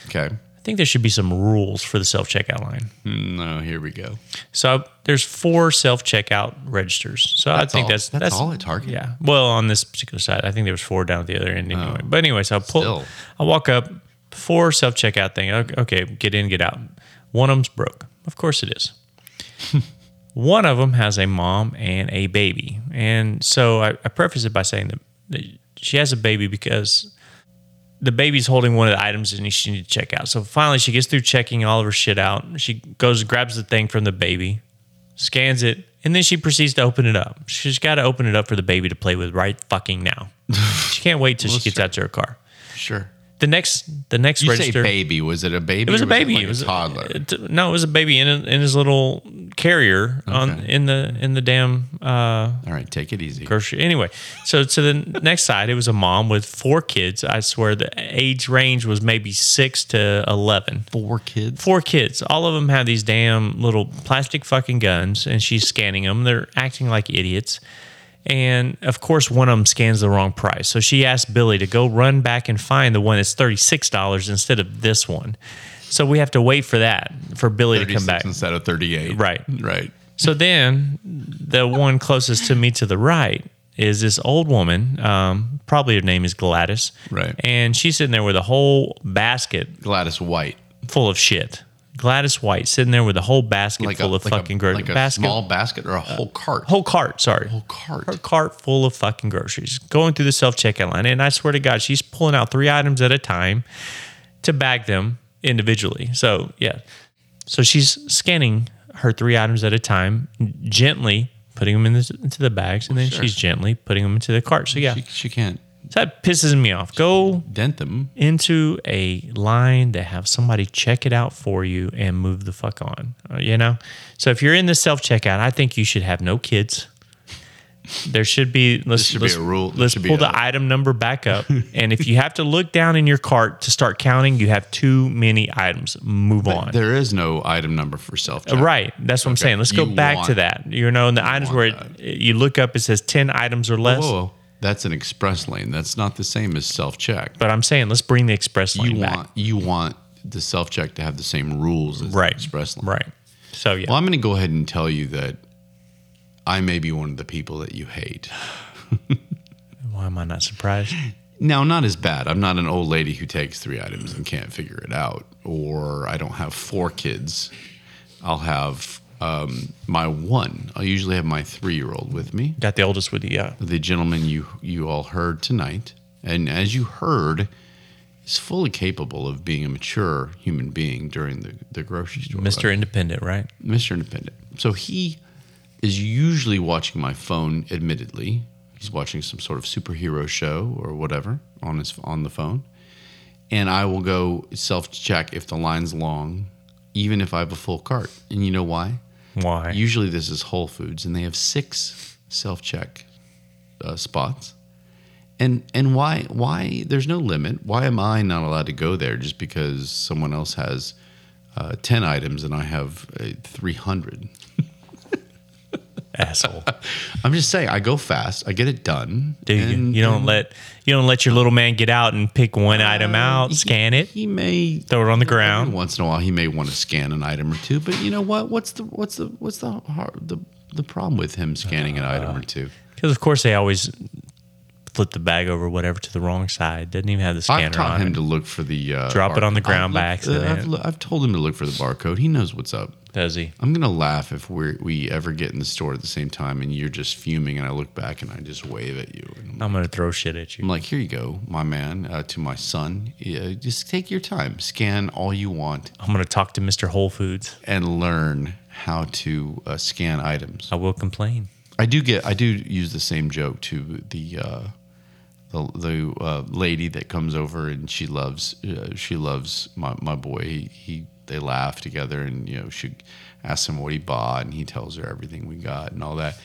B: Okay.
C: I think there should be some rules for the self checkout line.
B: No, here we go.
C: So there's four self checkout registers. So I think
B: all-
C: that's,
B: that's all at Target?
C: Yeah. Well, on this particular side, I think there was four down at the other end anyway. But anyway, so I pull,
B: Still.
C: I walk up, four self checkout thing. Okay, okay, get in, get out. One of them's broke. Of course it is. One of them has a mom and a baby, and so I, I preface it by saying that, that she has a baby because the baby's holding one of the items and she needs to check out. So finally, she gets through checking all of her shit out. She goes, grabs the thing from the baby, scans it, and then she proceeds to open it up. She's got to open it up for the baby to play with right fucking now. she can't wait till she gets out to her car.
B: Sure.
C: The next, the next
B: You
C: register.
B: say baby. Was it a baby?
C: It was a baby.
B: It
C: it
B: was
C: was
B: like a toddler.
C: it- no, it was a baby in in his little carrier on
B: Okay.
C: in the in the damn uh,
B: all right, take it easy.
C: grocery. Anyway, so to the next side, it was a mom with four kids. I swear the age range was maybe six to 11.
B: Four kids.
C: Four kids. All of them have these damn little plastic fucking guns, and she's scanning them. They're acting like idiots. And of course, one of them scans the wrong price. So she asked Billy to go run back and find the one that's $36 instead of this one. So we have to wait for that for Billy to come
B: 36
C: back.
B: instead of 38.
C: Right.
B: Right.
C: So then, the one closest to me to the right is this old woman. Um, probably her name is Gladys.
B: Right.
C: And she's sitting there with a whole basket
B: Gladys White.
C: full of shit. Gladys White sitting there with a whole basket full of fucking groceries.
B: like a
C: basket, Uh,
B: small basket or a whole cart.
C: whole cart. Sorry,
B: whole cart.
C: her cart full of fucking groceries, going through the self checkout line. And I swear to God, she's pulling out three items at a time to bag them individually. So, yeah. So she's scanning her three items at a time, gently putting them in the, into the bags, and then she's gently putting them into the cart. So, yeah,
B: Oh, She, she can't
C: so that pisses me off. Go
B: dent them.
C: into a line to have somebody check it out for you and move the fuck on. uh, You know? So if you're in the self checkout, I think you should have no kids. There should be let's,
B: should be
C: let's,
B: a rule. This
C: let's
B: should be
C: pull
B: a-
C: the item number back up. and if you have to look down in your cart to start counting, you have too many items. Move on. Uh,
B: There is no item number for self check.
C: Right. That's what I'm saying. Let's go
B: You
C: back to
B: want-
C: that. You know, in the items
B: want
C: where it, you look up, it says 10 items or
B: Whoa,
C: less.
B: whoa. that's an express lane. That's not the same as self check.
C: But I'm saying let's bring the express lane
B: You
C: back.
B: want you want the self check to have the same rules as
C: Right.
B: the express lane.
C: Right. So, yeah.
B: Well, I'm going to go ahead and tell you that I may be one of the people that you hate.
C: Why am I not surprised?
B: Now, not as bad. I'm not an old lady who takes three items and can't figure it out, or I don't have four kids. I'll have um, my one. I usually have my three year old with me,
C: Got the oldest with the uh,
B: the gentleman you you all heard tonight, and as you heard, is fully capable of being a mature human being during the, the grocery store.
C: Mr. Independent, right?
B: Mr. Independent. So he is usually watching my phone. Admittedly, he's watching some sort of superhero show or whatever on his on the phone, and I will go self check if the line's long, even if I have a full cart. And you know why?
C: Why?
B: Usually this is Whole Foods, and they have six self check uh, spots. And and why why there's no limit? Why am I not allowed to go there just because someone else has uh, ten items and I have uh, three hundred?
C: Asshole.
B: I'm just saying, I go fast, I get it done.
C: Do you?
B: and-
C: you don't
B: and
C: let you don't let your little man get out and pick one item out,
B: he-
C: scan it,
B: He may
C: throw it on
B: Every
C: the ground.
B: once in a while, he may want to scan an item or two, but you know what? What's the what's the what's the har- the the problem with him scanning an item or two?
C: Because of course they always flip the bag over whatever to the wrong side. Doesn't even have the
B: I've
C: scanner
B: taught
C: on
B: him
C: it.
B: to look for the uh,
C: Drop it on the
B: barcode.
C: ground by
B: I've looked- uh,
C: accident.
B: I've, lo- I've told him to look for the barcode. He knows what's up.
C: Does he?
B: I'm gonna laugh if we we ever get in the store at the same time and you're just fuming and I look back and I just wave at you. And I'm,
C: I'm gonna throw shit at
B: I'm
C: you.
B: like, here you go, my man, uh, to my son. Yeah, just take your time, scan all you want,
C: I'm gonna talk to Mr. Whole Foods.
B: and learn how to uh, scan items.
C: I will complain.
B: I do get I do use the same joke to the uh, the, the uh, lady that comes over and she loves uh, she loves my, my boy he, he they laugh together and you know she asks him what he bought and he tells her everything we got and all that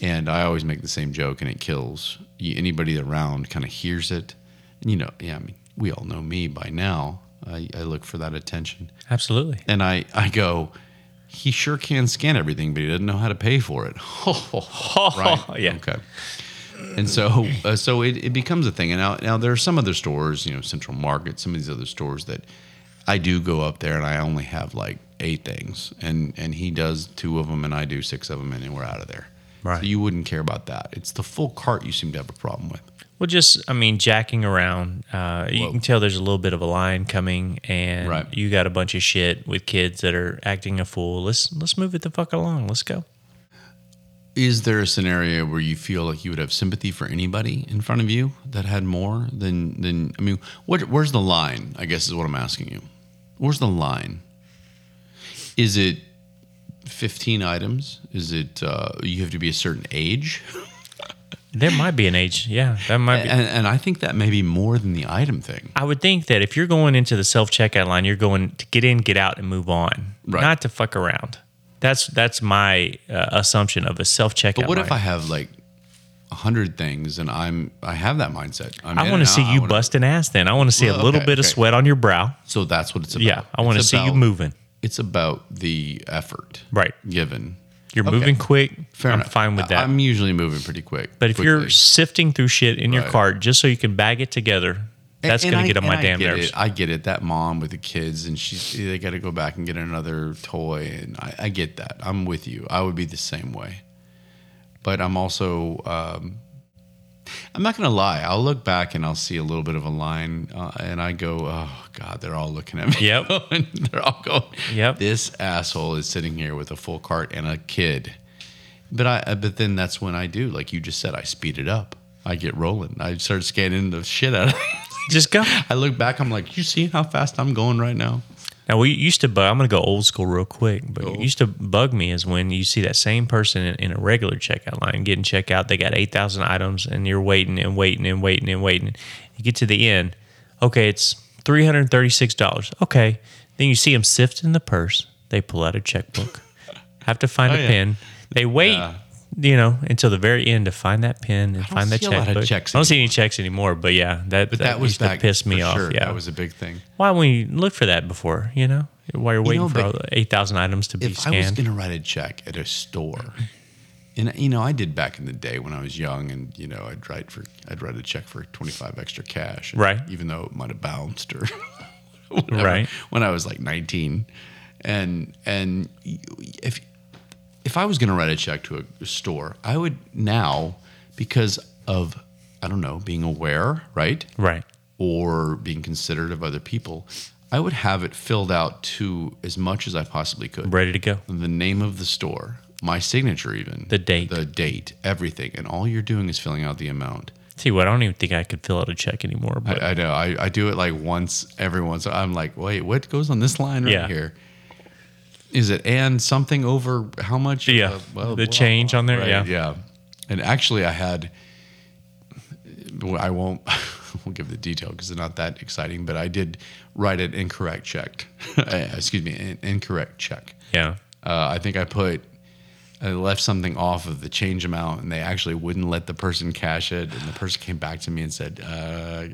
B: and I always make the same joke and it kills You- anybody around kind of hears it you know yeah I mean we all know me by now I, I look for that attention
C: Absolutely.
B: and I, I go, he sure can scan everything, but he doesn't know how to pay for it. Oh, right?
C: Yeah.
B: Okay. And so, uh, so it, it becomes a thing. And now, now there are some other stores, you know, Central Market, some of these other stores that I do go up there and I only have like eight things, and and he does two of them and I do six of them, and then we're out of there.
C: Right.
B: So you wouldn't care about that. It's the full cart you seem to have a problem with.
C: Well, just I mean, jacking around. Uh, you
B: Whoa.
C: can tell there's a little bit of a line coming, and
B: Right.
C: you got a bunch of shit with kids that are acting a fool. Let's let's move it the fuck along. Let's go.
B: Is there a scenario where you feel like you would have sympathy for anybody in front of you that had more than than I mean, what where's the line? I guess is what I'm asking you. Where's the line? Is it 15 items? Is it uh, you have to be a certain age?
C: There might be an age. Yeah, that might be.
B: And, and I think that may be more than the item thing.
C: I would think that if you're going into the self checkout line, you're going to get in, get out, and move on,
B: Right.
C: not to fuck around. That's that's my uh, assumption of a self checkout.
B: But what if I have like 100 things and I'm I have that mindset. I'm in
C: I want to
B: and out,
C: see you
B: wanna-
C: bust an ass. Then I want to see a
B: Well,
C: little
B: okay,
C: bit of
B: okay.
C: sweat on your brow.
B: So that's what it's about.
C: Yeah, I want to
B: It's
C: see you
B: about-
C: moving.
B: It's about the effort
C: Right,
B: given.
C: you're
B: Okay.
C: moving quick.
B: Fair
C: I'm
B: enough.
C: fine with
B: I-
C: that.
B: I'm usually moving pretty quick.
C: But if you're
B: quickly.
C: sifting through shit in your
B: Right.
C: cart just so you can bag it together, that's
B: And-
C: going
B: and
C: to get
B: I-
C: on my
B: and I
C: damn
B: get
C: nerves.
B: it. I get it. That mom with the kids, and she's they got to go back and get another toy, and I, I get that. I'm with you. I would be the same way. But I'm also, um, I'm not gonna lie. I'll look back and I'll see a little bit of a line, uh, and I go, "Oh God, they're all looking at me."
C: Yep.
B: and they're all going,
C: Yep.
B: This asshole is sitting here with a full cart and a kid. But I, uh, but then that's when I do, like you just said, I speed it up. I get rolling. I start scanning the shit out of it.
C: Just go.
B: I look back, I'm like, you see how fast I'm going right now?
C: Now we used to bug. I'm going to go old school real quick, but it used to bug me is when you see that same person in, in a regular checkout line getting checkout. They got eight thousand items, and you're waiting and waiting and waiting and waiting. You get to the end. Okay, it's three hundred thirty-six dollars. Okay, then you see them sifting the purse. They pull out a checkbook. Have to find a
B: Oh, yeah.
C: pen. They wait. You know, until the very end to find that pen and find that
B: see a lot of
C: checkbook.
B: checks
C: I don't see any checks anymore, but yeah, that,
B: But that, was
C: used to
B: back
C: piss me
B: for
C: off.
B: sure.
C: Yeah,
B: That was a big thing.
C: why wouldn't you look for that before? You know, while you're waiting
B: know,
C: for
B: but
C: all the eight thousand items to be
B: If I was
C: scanned.
B: going to write a check at a store, and you know, I did back in the day when I was young, and you know, I'd write for I'd write a check for 25 extra cash, and
C: Right.
B: Even though it might have bounced or whatever,
C: Right.
B: when I was like 19, and and if if I was going to write a check to a store, I would now because of I don't know being aware, right?
C: right.
B: or being considerate of other people, I would have it filled out to as much as I possibly could.
C: Ready to go.
B: The name of the store, my signature, even
C: The date.
B: the date, everything, and all you're doing is filling out the amount.
C: See what? I don't even think I could fill out a check anymore. But
B: I, I know. I, I do it like once every once. I'm like, wait, what goes on this line right
C: Yeah.
B: here? Is it and something over how much?
C: Yeah, the change on there,
B: uh, Right,
C: yeah.
B: yeah. And actually, I had. well, I won't. I won't give the detail because it's not that exciting. But I did write an incorrect check. Eh, Excuse me, an incorrect check.
C: yeah,
B: Uh, I think I put. I left something off of the change amount, and they actually wouldn't let the person cash it. And the person came back to me and said, uh,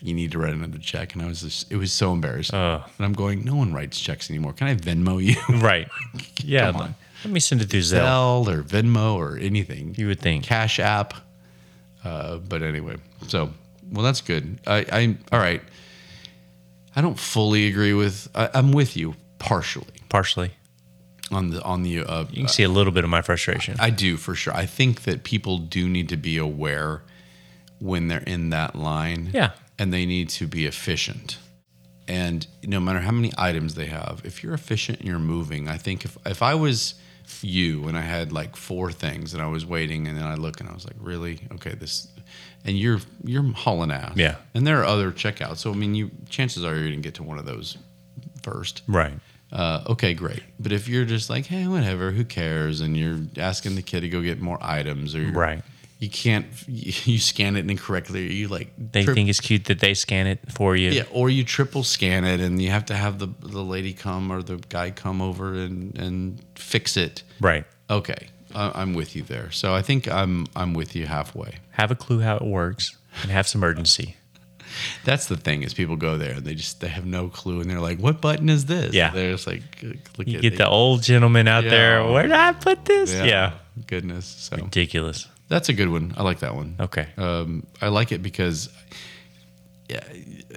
B: "You need to write another check." And I was just, it was so embarrassing. and I'm going, no one writes checks anymore. Can I Venmo you,
C: right. Yeah,
B: Come on.
C: let me send it through Zelle.
B: Zelle or Venmo or anything?
C: You would think.
B: Cash App. Uh, but anyway, so well, that's good. I, I all right. I don't fully agree with. I, I'm with you partially
C: Partially,
B: on the on the uh,
C: you can see a little bit of my frustration.
B: I do for sure. I think that people do need to be aware when they're in that line.
C: Yeah.
B: And they need to be efficient. And no matter how many items they have, if you're efficient and you're moving, I think if, if I was you and I had like four things and I was waiting and then I look and I was like, really? Okay, this and you're you're hauling ass.
C: Yeah.
B: And there are other checkouts. So I mean you chances are you're gonna get to one of those first
C: right.
B: uh, okay, great. But if you're just like, hey, whatever, who cares? And you're asking the kid to go get more items, or you're-
C: Right.
B: you can't, you scan it incorrectly, or you like
C: They
B: trip-
C: think it's cute that they scan it for you.
B: yeah, or you triple scan it, and you have to have the the lady come or the guy come over and and fix it.
C: Right.
B: Okay, I, I'm with you there. So I think I'm I'm with you halfway.
C: Have a clue how it works and have some urgency.
B: That's the thing is people go there and they just they have no clue, and they're like, what button is this?
C: Yeah.
B: they're just like, look
C: You
B: at
C: get
B: it.
C: the old gentleman out there.
B: Yeah.
C: Where did I put this? Yeah.
B: goodness. So
C: Ridiculous.
B: That's a good one. I like that one.
C: Okay.
B: Um, I like it because yeah,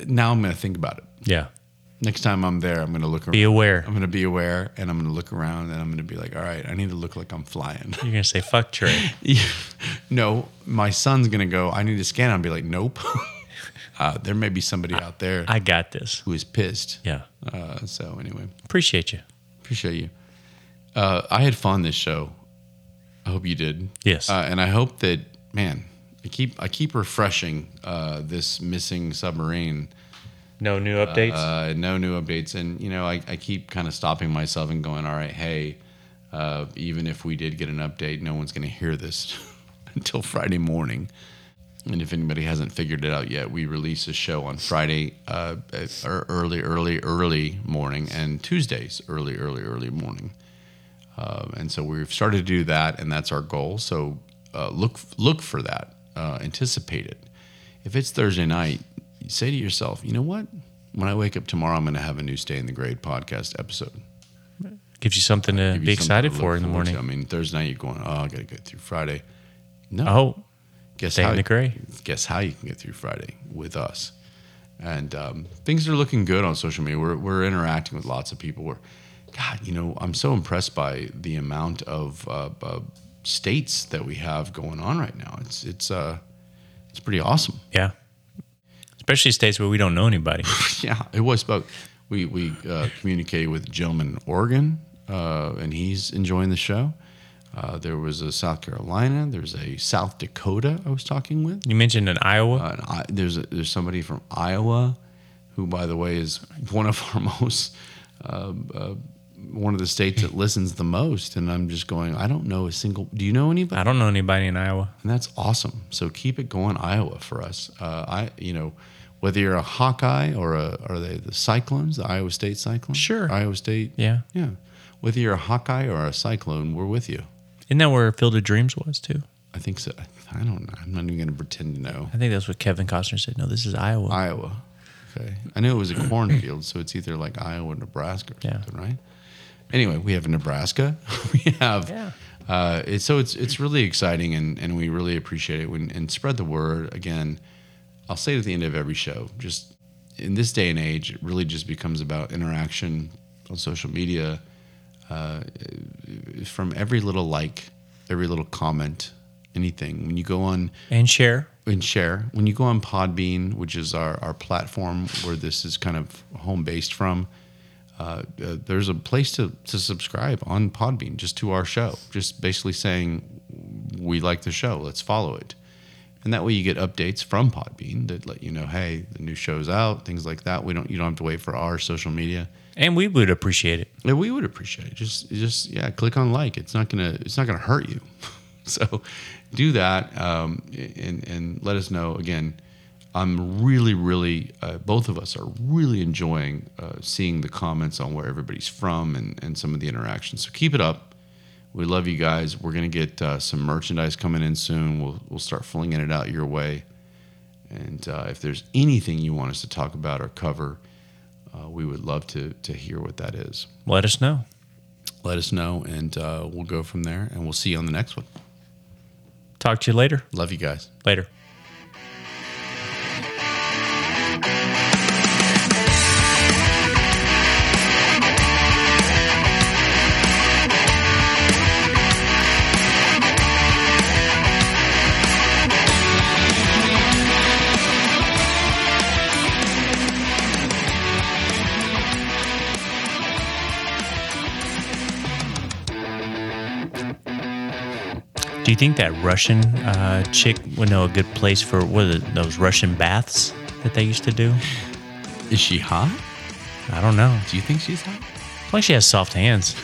B: now I'm going to think about it.
C: yeah.
B: Next time I'm there, I'm going to look around.
C: Be aware.
B: I'm going to be aware and I'm going to look around and I'm going to be like, all right, I need to look like I'm flying.
C: You're gonna say fuck Trey.
B: no, my son's going to go, I need to scan. I'll be like, nope. uh, there may be somebody out there
C: I got this.
B: who is pissed.
C: Yeah.
B: Uh, so, anyway,
C: Appreciate you.
B: appreciate you. Uh, I had fun this show. I hope you did.
C: Yes.
B: Uh, and I hope that man, I keep I keep refreshing uh, this missing submarine.
C: No new updates.
B: Uh, no new updates, and you know I, I keep kind of stopping myself and going, all right, hey, uh, even if we did get an update, no one's going to hear this until Friday morning. And if anybody hasn't figured it out yet, we release a show on Friday, uh, at- or early, early, early morning, and Tuesdays, early, early, early morning. Um, and so we've started to do that, and that's our goal. So uh, look look for that, uh, anticipate it. If it's Thursday night, you say to yourself, you know what? When I wake up tomorrow, I'm going to have a new Stay in the Grade podcast episode.
C: Gives you something to
B: Give you
C: be
B: something
C: excited
B: to
C: for
B: look
C: in the
B: forward to.
C: morning.
B: I mean, Thursday night you're going, oh, I got to get through Friday. No,
C: Oh,
B: guess
C: Stay in
B: how
C: the Gray.
B: Guess how you can get through Friday with us. And um, things are looking good on social media. We're we're interacting with lots of people. We're, God, you know, I'm so impressed by the amount of uh, uh, states that we have going on right now. It's it's uh, it's pretty awesome.
C: yeah. Especially states where we don't know anybody.
B: yeah, it was spoke. We we uh, communicated with a gentleman in Oregon, uh, and he's enjoying the show. Uh, there was a South Carolina. There's a South Dakota. I was talking with.
C: You mentioned in Iowa.
B: Uh, and I, there's a, there's somebody from Iowa, who by the way is one of our most uh, uh, one of the states that listens the most. And I'm just going. I don't know a single. Do you know anybody?
C: I don't know anybody in Iowa.
B: and that's awesome. So keep it going, Iowa, for us. Uh, I, you know, whether you're a Hawkeye or a, are they the Cyclones, the Iowa State Cyclones?
C: Sure.
B: Iowa State.
C: Yeah.
B: yeah. Whether you're a Hawkeye or a Cyclone, we're with you.
C: Isn't that where Field of Dreams was too?
B: I think so. I don't know. I'm not even going to pretend to know.
C: I think that's what Kevin Costner said. No, this is Iowa.
B: Iowa. Okay. I knew it was a cornfield, so it's either like Iowa or Nebraska or
C: Yeah.
B: something, right? Anyway, we have Nebraska. we have.
C: Yeah.
B: Uh, it's, so it's it's really exciting, and, and we really appreciate it. When, and spread the word again. I'll say it at the end of every show. Just in this day and age, it really just becomes about interaction on social media. Uh, from every little like, every little comment, anything. When you go on
C: and share.
B: and share when you go on Podbean, which is our, our platform where this is kind of home based from. Uh, uh, there's a place to, to subscribe on Podbean just to our show, just basically saying we like the show, let's follow it. And And that way you get updates from Podbean that let you know, hey, the new show's out, things like that. We don't you don't have to wait for our social media.
C: And we would appreciate it.
B: Yeah, we would appreciate it. Just, just yeah, click on like. It's not gonna, it's not gonna hurt you. so, do that, um, and and let us know. Again, I'm really, really, uh, both of us are really enjoying uh, seeing the comments on where everybody's from and and some of the interactions. So keep it up. We love you guys. We're gonna get uh, some merchandise coming in soon. We'll we'll start flinging it out your way. And uh, if there's anything you want us to talk about or cover, uh, we would love to to hear what that is
C: Let us know.
B: let us know and uh, we'll go from there and we'll see you on the next one
C: Talk to you later.
B: love you guys
C: Later. Do you think that Russian uh, chick would know a good place for what are those Russian baths that they used to do?
B: is she hot
C: I don't know.
B: do you think she's hot
C: Like she has soft hands.